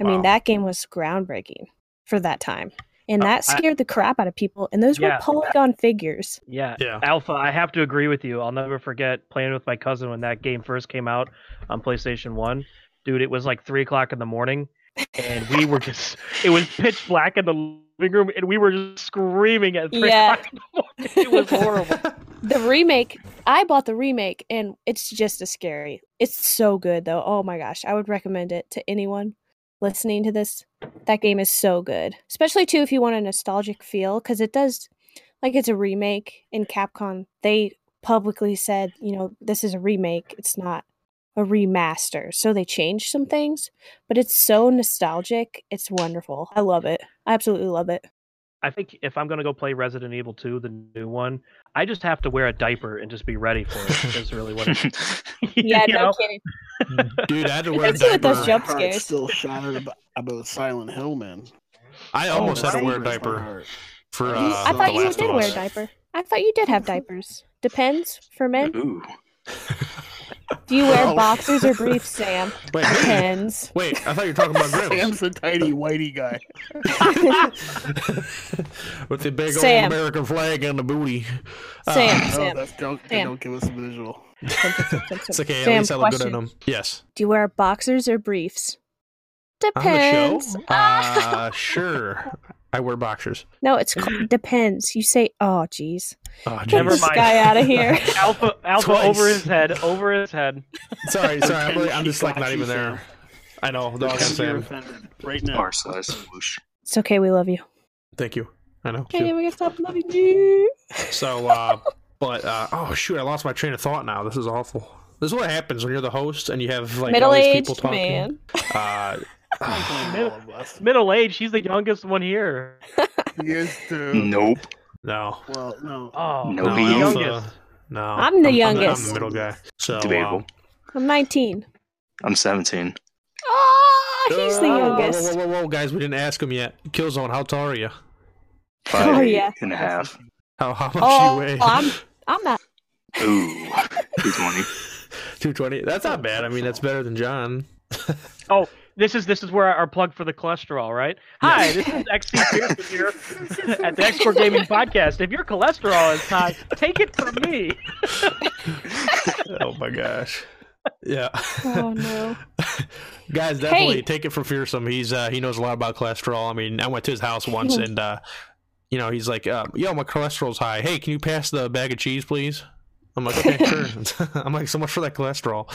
Speaker 4: i mean
Speaker 1: Wow.
Speaker 4: that game was groundbreaking for that time and
Speaker 3: Uh,
Speaker 4: that
Speaker 3: I-
Speaker 4: scared the crap out of people and those
Speaker 3: Yeah.
Speaker 4: were polygon figures
Speaker 3: Yeah.
Speaker 1: Yeah.
Speaker 3: Alpha, I have to agree with you. I'll never forget playing with my cousin when that game first came out on PlayStation 1. Dude, it was like 3 o'clock in the morning, and we were just, it was pitch black in the living room, and we were just screaming at 3
Speaker 4: Yeah.
Speaker 3: o'clock in the morning. It was horrible.
Speaker 4: the remake i bought the remake and it's just as scary it's so good though oh my gosh i would recommend it to anyone listening to this that game is so good especially too if you want a nostalgic feel because it does like it's a remake in capcom they publicly said you know this is a remake it's not a remaster so they changed some things but it's so nostalgic it's wonderful i love it i absolutely love it
Speaker 3: I think if I'm going to go play Resident Evil 2, the new one, I just have to wear a diaper and just be ready for it. That's really what it is.
Speaker 4: yeah
Speaker 3: You
Speaker 4: no
Speaker 3: know?
Speaker 4: kidding
Speaker 1: Dude, I had to
Speaker 4: It
Speaker 1: wear a
Speaker 4: hits you with those
Speaker 1: diaper.
Speaker 4: jump
Speaker 2: uh, my heart
Speaker 4: scares.
Speaker 2: Still shattered about, about Silent Hill, man.
Speaker 1: I almost had to wear a
Speaker 2: Breaks my
Speaker 1: diaper
Speaker 2: heart.
Speaker 1: for
Speaker 4: Oh, You-
Speaker 1: uh
Speaker 4: I thought
Speaker 1: The
Speaker 4: you
Speaker 1: Last
Speaker 4: did
Speaker 1: of
Speaker 4: wear a
Speaker 1: Us.
Speaker 4: diaper. I thought you did have diapers. Depends for men.
Speaker 5: Ooh.
Speaker 4: Do you wear
Speaker 1: Oh.
Speaker 4: boxers or briefs, Sam?
Speaker 1: Wait, wait,
Speaker 4: Depends.
Speaker 1: wait, I thought you were talking about Grimms.
Speaker 2: Sam's a tiny whitey guy.
Speaker 1: Ah, with the big
Speaker 4: Sam.
Speaker 1: old American flag on the booty. Uh,
Speaker 4: Sam,
Speaker 2: No,
Speaker 4: Sam,
Speaker 2: Oh, that's don't, they
Speaker 4: Sam.
Speaker 2: don't give us a visual.
Speaker 4: Sam, Sam, Sam,
Speaker 1: It's
Speaker 4: Sam.
Speaker 1: okay.
Speaker 4: Sam,
Speaker 1: at least I look good
Speaker 4: question.
Speaker 1: in them. Yes.
Speaker 4: Do you wear boxers or briefs?
Speaker 1: On the
Speaker 4: Depends. Ah,
Speaker 1: show? Uh, sure. I wear boxers.
Speaker 4: No, it's called depends. You say, oh, jeez.
Speaker 1: Oh,
Speaker 4: Get
Speaker 3: Never
Speaker 1: jeez.
Speaker 4: this
Speaker 3: mind.
Speaker 4: guy out of here.
Speaker 3: Alpha, Alpha over
Speaker 1: Twice.
Speaker 3: his head, over his head.
Speaker 1: sorry, sorry. I'm, really- I'm
Speaker 2: Pretend
Speaker 1: just
Speaker 2: she
Speaker 1: like not
Speaker 2: got you,
Speaker 1: even there.
Speaker 2: Sam.
Speaker 1: I know. No, I'm
Speaker 2: Pretend you're
Speaker 1: Sam.
Speaker 2: offended Right now.
Speaker 5: R slash swoosh.
Speaker 4: It's okay. We love you.
Speaker 1: Thank you. I know.
Speaker 4: Okay, we can stop loving you.
Speaker 1: So, uh, but uh, oh shoot, I lost my train of thought now. This is awful. This is what happens when you're the host and you have like all these people
Speaker 4: Middle-aged
Speaker 1: talking.
Speaker 4: man.
Speaker 1: Uh,
Speaker 2: Don't blame all of us.
Speaker 3: Middle age, he's the youngest one here.
Speaker 2: Yes, dude.
Speaker 5: Nope.
Speaker 1: no,
Speaker 2: Well, no.
Speaker 3: Oh,
Speaker 5: No,
Speaker 1: no,
Speaker 5: he
Speaker 3: the
Speaker 5: is.
Speaker 1: Alpha-
Speaker 3: youngest.
Speaker 1: No,
Speaker 4: I'm the
Speaker 1: I'm
Speaker 4: youngest.
Speaker 1: the middle guy. So
Speaker 5: Debatable.
Speaker 1: um,
Speaker 4: I'm 19.
Speaker 5: I'm 17.
Speaker 4: Oh, he's the
Speaker 3: Oh.
Speaker 4: youngest.
Speaker 1: Whoa, whoa, whoa, whoa, guys! We didn't ask him yet. Killzone, how tall are you?
Speaker 5: Five
Speaker 4: Oh,
Speaker 5: eight
Speaker 4: yeah.
Speaker 5: and a half.
Speaker 1: How how much
Speaker 4: Oh,
Speaker 1: you weigh?
Speaker 4: well, I'm I'm not.
Speaker 5: Ooh. 220.
Speaker 1: Two twenty. That's not bad. I mean, that's better than John.
Speaker 3: This is this is where our plug for the cholesterol, right? Hi, this is XC Pearson here at the Expert Gaming Podcast. If your cholesterol is high, take it from me.
Speaker 1: Oh my gosh. Yeah,
Speaker 4: Oh no.
Speaker 1: guys, definitely
Speaker 4: Hey.
Speaker 1: take it from fearsome. He's uh, he knows a lot about cholesterol. I mean, I went to his house once, and uh, you know, he's like, uh, "Yo, my cholesterol's high. Hey, can you pass the bag of cheese, please?" I'm like, "Okay, sure." I'm like, "So much for that cholesterol."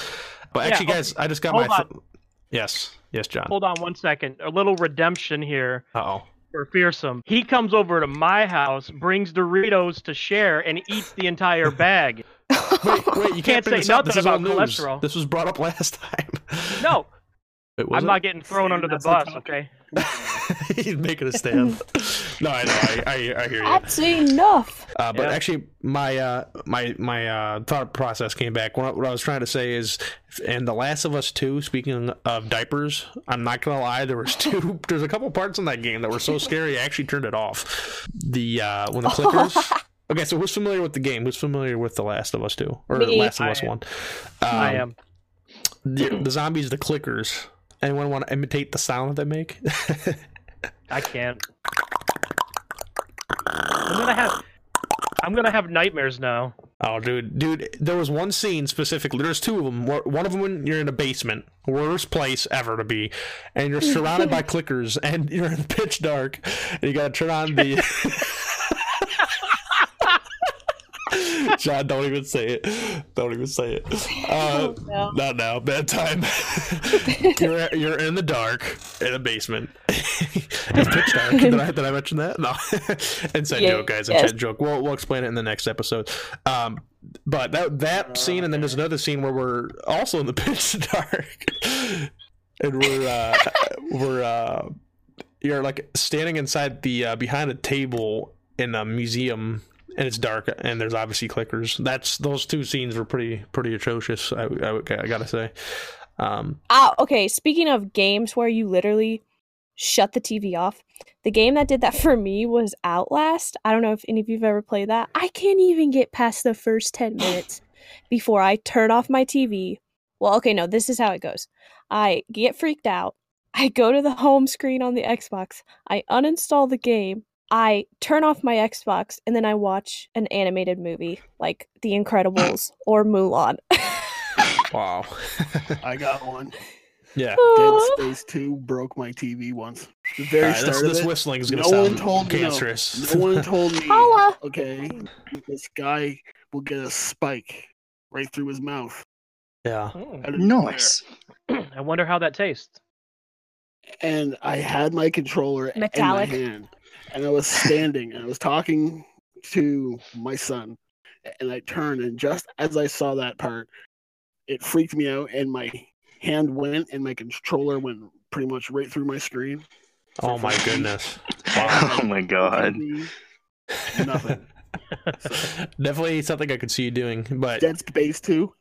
Speaker 1: But
Speaker 3: Yeah,
Speaker 1: actually, guys, I just got
Speaker 3: Hold
Speaker 1: my. Th- yes, yes, John.
Speaker 3: Hold on one second. A little redemption here
Speaker 1: Uh oh.
Speaker 3: for Fearsome. He comes over to my house, brings Doritos to share, and eats the entire bag.
Speaker 1: Wait, wait, you can't,
Speaker 3: Can't
Speaker 1: bring
Speaker 3: say
Speaker 1: this up.
Speaker 3: nothing
Speaker 1: This is all
Speaker 3: about
Speaker 1: news.
Speaker 3: cholesterol.
Speaker 1: This was brought up last time.
Speaker 3: No,
Speaker 1: Wait, was
Speaker 3: I'm
Speaker 1: it?
Speaker 3: not getting thrown under the
Speaker 2: That's not
Speaker 3: bus,
Speaker 2: topic.
Speaker 3: okay?
Speaker 1: He's making a stand. no, I know. I, I, I hear you.
Speaker 4: That's enough.
Speaker 1: Uh, but
Speaker 3: Yeah.
Speaker 1: actually, my uh, my my uh, thought process came back. What I, what I was trying to say is, in The Last of Us Two, speaking of diapers, I'm not gonna lie, there was two. there's a couple parts in that game that were so scary, I actually turned it off. The uh, when the clickers Okay, so who's familiar with the game? Who's familiar with The Last of Us Two or
Speaker 4: Me.
Speaker 1: Last of
Speaker 3: I
Speaker 1: Us
Speaker 3: am.
Speaker 1: One? Um,
Speaker 3: I am.
Speaker 1: The, the zombies, the clickers. Anyone want to imitate the sound that they make?
Speaker 3: I can't. I'm gonna have. I'm gonna have nightmares now.
Speaker 1: Oh, dude, dude, there was one scene specifically. There's two of them. Wh- One of them when you're in a basement, worst place ever to be, and you're surrounded by clickers, and you're in pitch dark, and you gotta turn on the. John, don't even say it. Don't even say it. Uh,
Speaker 4: Oh, no.
Speaker 1: Not now, bad time. you're you're in the dark in a basement. it's pitch dark. Did I, did I mention that? No, inside
Speaker 4: Yeah,
Speaker 1: joke, guys.
Speaker 4: yes.
Speaker 1: Inside joke. We'll we'll explain it in the next episode. Um, but that
Speaker 2: Oh,
Speaker 1: that scene, and then there's another scene where we're also in the pitch dark, and we're uh, we're uh, you're like standing inside the uh, behind a table in a museum and it's dark and there's obviously clickers that's those two scenes were pretty pretty atrocious i, I, I gotta say um
Speaker 4: Ah, okay. Speaking of games where you literally shut the TV off, the game that did that for me was Outlast. I don't know if any of you've ever played that. I can't even get past the first 10 minutes before I turn off my TV. Well, okay, no, this is how it goes. I get freaked out. I go to the home screen on the Xbox. I uninstall the game. I turn off my Xbox and then I watch an animated movie like The Incredibles or Mulan.
Speaker 1: wow
Speaker 2: I got one.
Speaker 1: yeah
Speaker 2: Dead Space Two broke my TV once. The very
Speaker 1: All right,
Speaker 2: start
Speaker 1: this,
Speaker 2: of
Speaker 1: this
Speaker 2: it,
Speaker 1: whistling is gonna
Speaker 2: no
Speaker 1: sound
Speaker 2: one told me no.
Speaker 1: cancerous
Speaker 2: no one told me.
Speaker 4: Holla.
Speaker 2: Okay, this guy will get a spike right through his mouth.
Speaker 1: yeah
Speaker 2: out of nowhere.
Speaker 5: Nice.
Speaker 3: Hmm. I wonder how that tastes.
Speaker 2: and I had my controller
Speaker 4: Metallic.
Speaker 2: in my hand, and I was standing and I was talking to my son, and I turned and just as I saw that part, it freaked me out, and my hand went and my controller went pretty much right through my screen.
Speaker 1: oh my goodness
Speaker 5: Oh my god.
Speaker 2: Nothing.
Speaker 1: definitely something i could see you doing but
Speaker 2: Dead Space Two,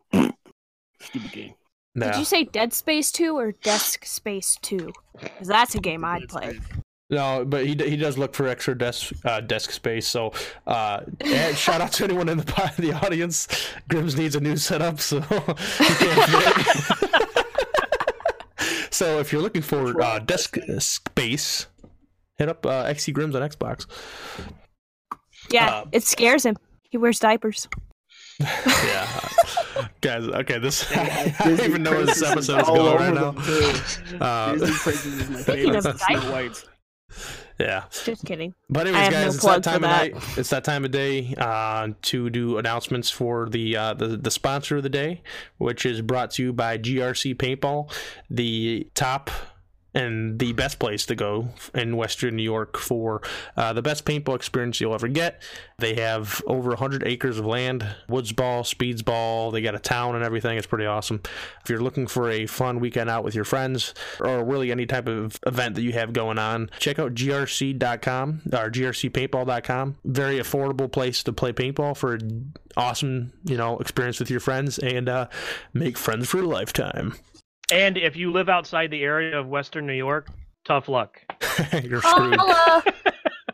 Speaker 2: stupid game.
Speaker 4: Did
Speaker 1: no
Speaker 4: you say Dead Space 2 or Desk Space 2? Because that's a game I'd
Speaker 2: Dead
Speaker 4: play.
Speaker 2: Space.
Speaker 1: no but he, d- he does look for extra desk uh, desk space so uh and shout out to anyone in the po- the audience grims needs a new setup so he can't fit. so if you're looking for uh, desk space hit up uh, xc grims on xbox
Speaker 4: Yeah,
Speaker 1: Um,
Speaker 4: it scares him. He wears diapers.
Speaker 1: yeah guys okay this
Speaker 2: They
Speaker 1: i
Speaker 2: had
Speaker 1: don't
Speaker 2: Disney
Speaker 1: even know where this
Speaker 2: princesses
Speaker 1: episode's
Speaker 2: all
Speaker 1: going
Speaker 2: over
Speaker 1: right
Speaker 2: them,
Speaker 1: now
Speaker 2: too.
Speaker 1: uh,
Speaker 2: Disney princesses is my
Speaker 1: Speaking
Speaker 4: of
Speaker 2: favorite.
Speaker 4: diapers.
Speaker 2: Snow White.
Speaker 1: yeah
Speaker 4: Just kidding.
Speaker 1: But
Speaker 4: I
Speaker 1: anyways,
Speaker 4: have no
Speaker 1: guys, it's that
Speaker 4: plug for
Speaker 1: time of
Speaker 4: that.
Speaker 1: night. It's that time of day uh, to do announcements for the, uh, the the sponsor of the day, which is brought to you by GRC Paintball, the top and the best place to go in Western New York for uh, the best paintball experience you'll ever get. They have over 100 acres of land, woods ball, speeds ball. They got a town and everything. It's pretty awesome. If you're looking for a fun weekend out with your friends or really any type of event that you have going on, check out grc.com or grcpaintball.com. Very affordable place to play paintball for an awesome, you know, experience with your friends and uh, make friends for a lifetime.
Speaker 3: And if you live outside the area of Western New York, tough luck.
Speaker 1: you're screwed.
Speaker 4: Holla!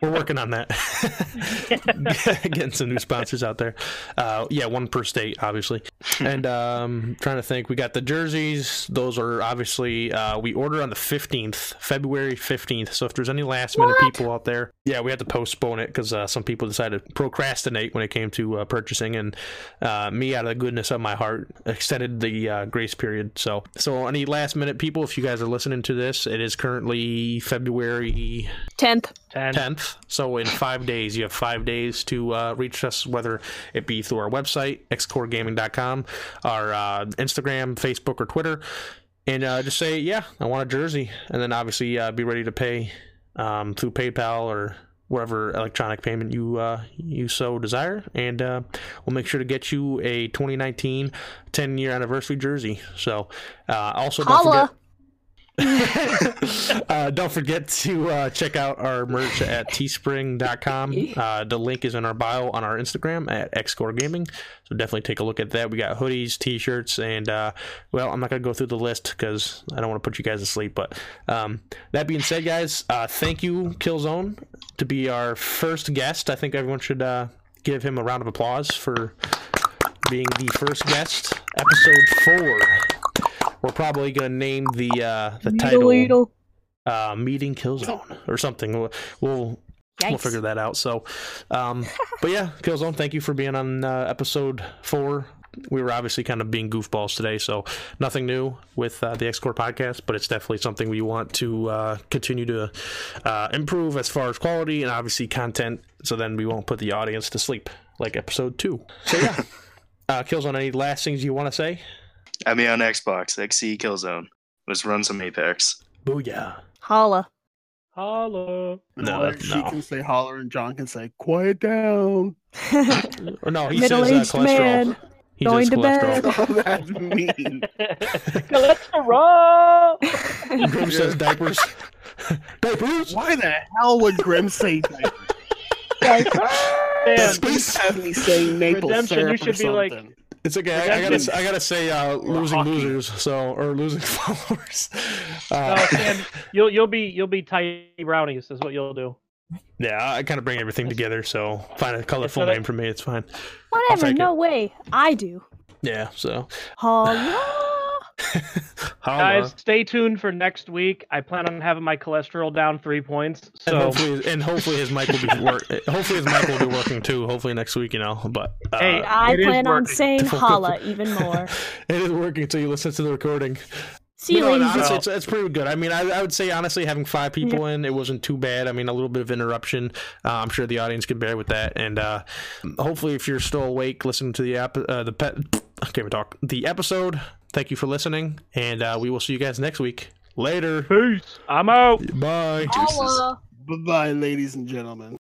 Speaker 1: We're working on that. Getting some new sponsors out there. Uh, yeah, one per state, obviously. And um, trying to think, we got the jerseys. Those are obviously uh, we order on the fifteenth, February fifteenth. So if there's any last minute
Speaker 4: What?
Speaker 1: people out there, yeah, we had to postpone it because uh, some people decided to procrastinate when it came to uh, purchasing, and uh, me, out of the goodness of my heart, extended the uh, grace period. So, so any last minute people, if you guys are listening to this, it is currently February
Speaker 4: 10th.
Speaker 3: Ten.
Speaker 1: 10th. So in five days, you have five days to uh, reach us, whether it be through our website, xcoregaming.com, our uh, Instagram, Facebook, or Twitter. And uh, just say, yeah, I want a jersey. And then obviously uh, be ready to pay um, through PayPal or whatever electronic payment you uh, you so desire. And uh, we'll make sure to get you a 2019 10 year anniversary jersey. So uh, also don't
Speaker 4: Holla.
Speaker 1: forget uh, don't forget to uh, check out our merch at teespring.com. Uh, the link is in our bio on our Instagram at xcore gaming. So definitely take a look at that. We got hoodies, t shirts, and uh, well, I'm not going to go through the list because I don't want to put you guys to sleep. But um, that being said, guys, uh, thank you, Killzone, to be our first guest. I think everyone should uh, give him a round of applause for being the first guest. Episode four. We're probably gonna name the uh, the title Uh, "Meeting Killzone" or something. We'll we'll, we'll
Speaker 4: Yikes.
Speaker 1: figure that out. So, um, but yeah, Killzone, thank you for being on uh, episode four. We were obviously kind of being goofballs today, so nothing new with uh, the X Core podcast, but it's definitely something we want to uh, continue to uh, improve as far as quality and obviously content. So then we won't put the audience to sleep like episode two. So yeah, uh, Killzone, any last things you want to say?
Speaker 5: At me on Xbox, XE Killzone. Let's run some Apex.
Speaker 1: Booyah!
Speaker 4: Holla.
Speaker 3: Hello.
Speaker 1: No,
Speaker 2: Holler-
Speaker 1: that's-
Speaker 2: she
Speaker 1: no.
Speaker 2: can say holler, and John can say quiet down.
Speaker 1: Or no, he says
Speaker 4: Middle-aged
Speaker 1: uh, cholesterol.
Speaker 4: man
Speaker 1: he
Speaker 4: going
Speaker 1: says
Speaker 4: to
Speaker 1: cholesterol.
Speaker 4: bed.
Speaker 2: Oh, that's mean.
Speaker 3: Cholesterol.
Speaker 1: Grim says diapers. diapers.
Speaker 2: Why the hell would Grim say that?
Speaker 3: Man,
Speaker 2: Please have me say maple
Speaker 3: Redemption,
Speaker 2: syrup
Speaker 3: you
Speaker 2: or
Speaker 3: should be like-
Speaker 2: something.
Speaker 1: It's okay. I, I
Speaker 3: Redemption.
Speaker 1: gotta. I gotta say, uh, losing
Speaker 2: hockey.
Speaker 1: losers. So or losing followers.
Speaker 3: no,
Speaker 1: Uh,
Speaker 3: Sam, you'll you'll be you'll be tidy brownies is what you'll do.
Speaker 1: yeah, I kind of bring everything together. So find a colorful
Speaker 3: another-
Speaker 1: name for me. It's fine.
Speaker 4: Whatever,
Speaker 1: take it.
Speaker 4: no way. I do.
Speaker 1: Yeah. So
Speaker 4: Holla.
Speaker 1: holla.
Speaker 3: Guys, stay tuned for next week. I plan on having my cholesterol down three points.
Speaker 1: And
Speaker 3: So
Speaker 1: hopefully, and hopefully his mic will be work. Hopefully his mic will be working too. Hopefully next week, you know. But uh,
Speaker 3: Hey,
Speaker 4: I
Speaker 3: It is
Speaker 4: plan on
Speaker 3: working.
Speaker 4: saying holla even more.
Speaker 1: it is working until you listen to the recording.
Speaker 4: See you,
Speaker 1: No, and
Speaker 4: ladies.
Speaker 1: honestly, it's, it's pretty good. I mean, I, I would say honestly, having five people in, it wasn't too bad. I mean, a little bit of interruption. Uh, I'm sure the audience could bear with that. And uh, hopefully, if you're still awake, listening to the app, uh, the pet, I can't even talk. The episode. Thank you for listening, and uh, we will see you guys next week. Later.
Speaker 3: peace. I'm out.
Speaker 1: Bye.
Speaker 5: Deuces.
Speaker 4: Holla.
Speaker 2: Bye bye, ladies and gentlemen.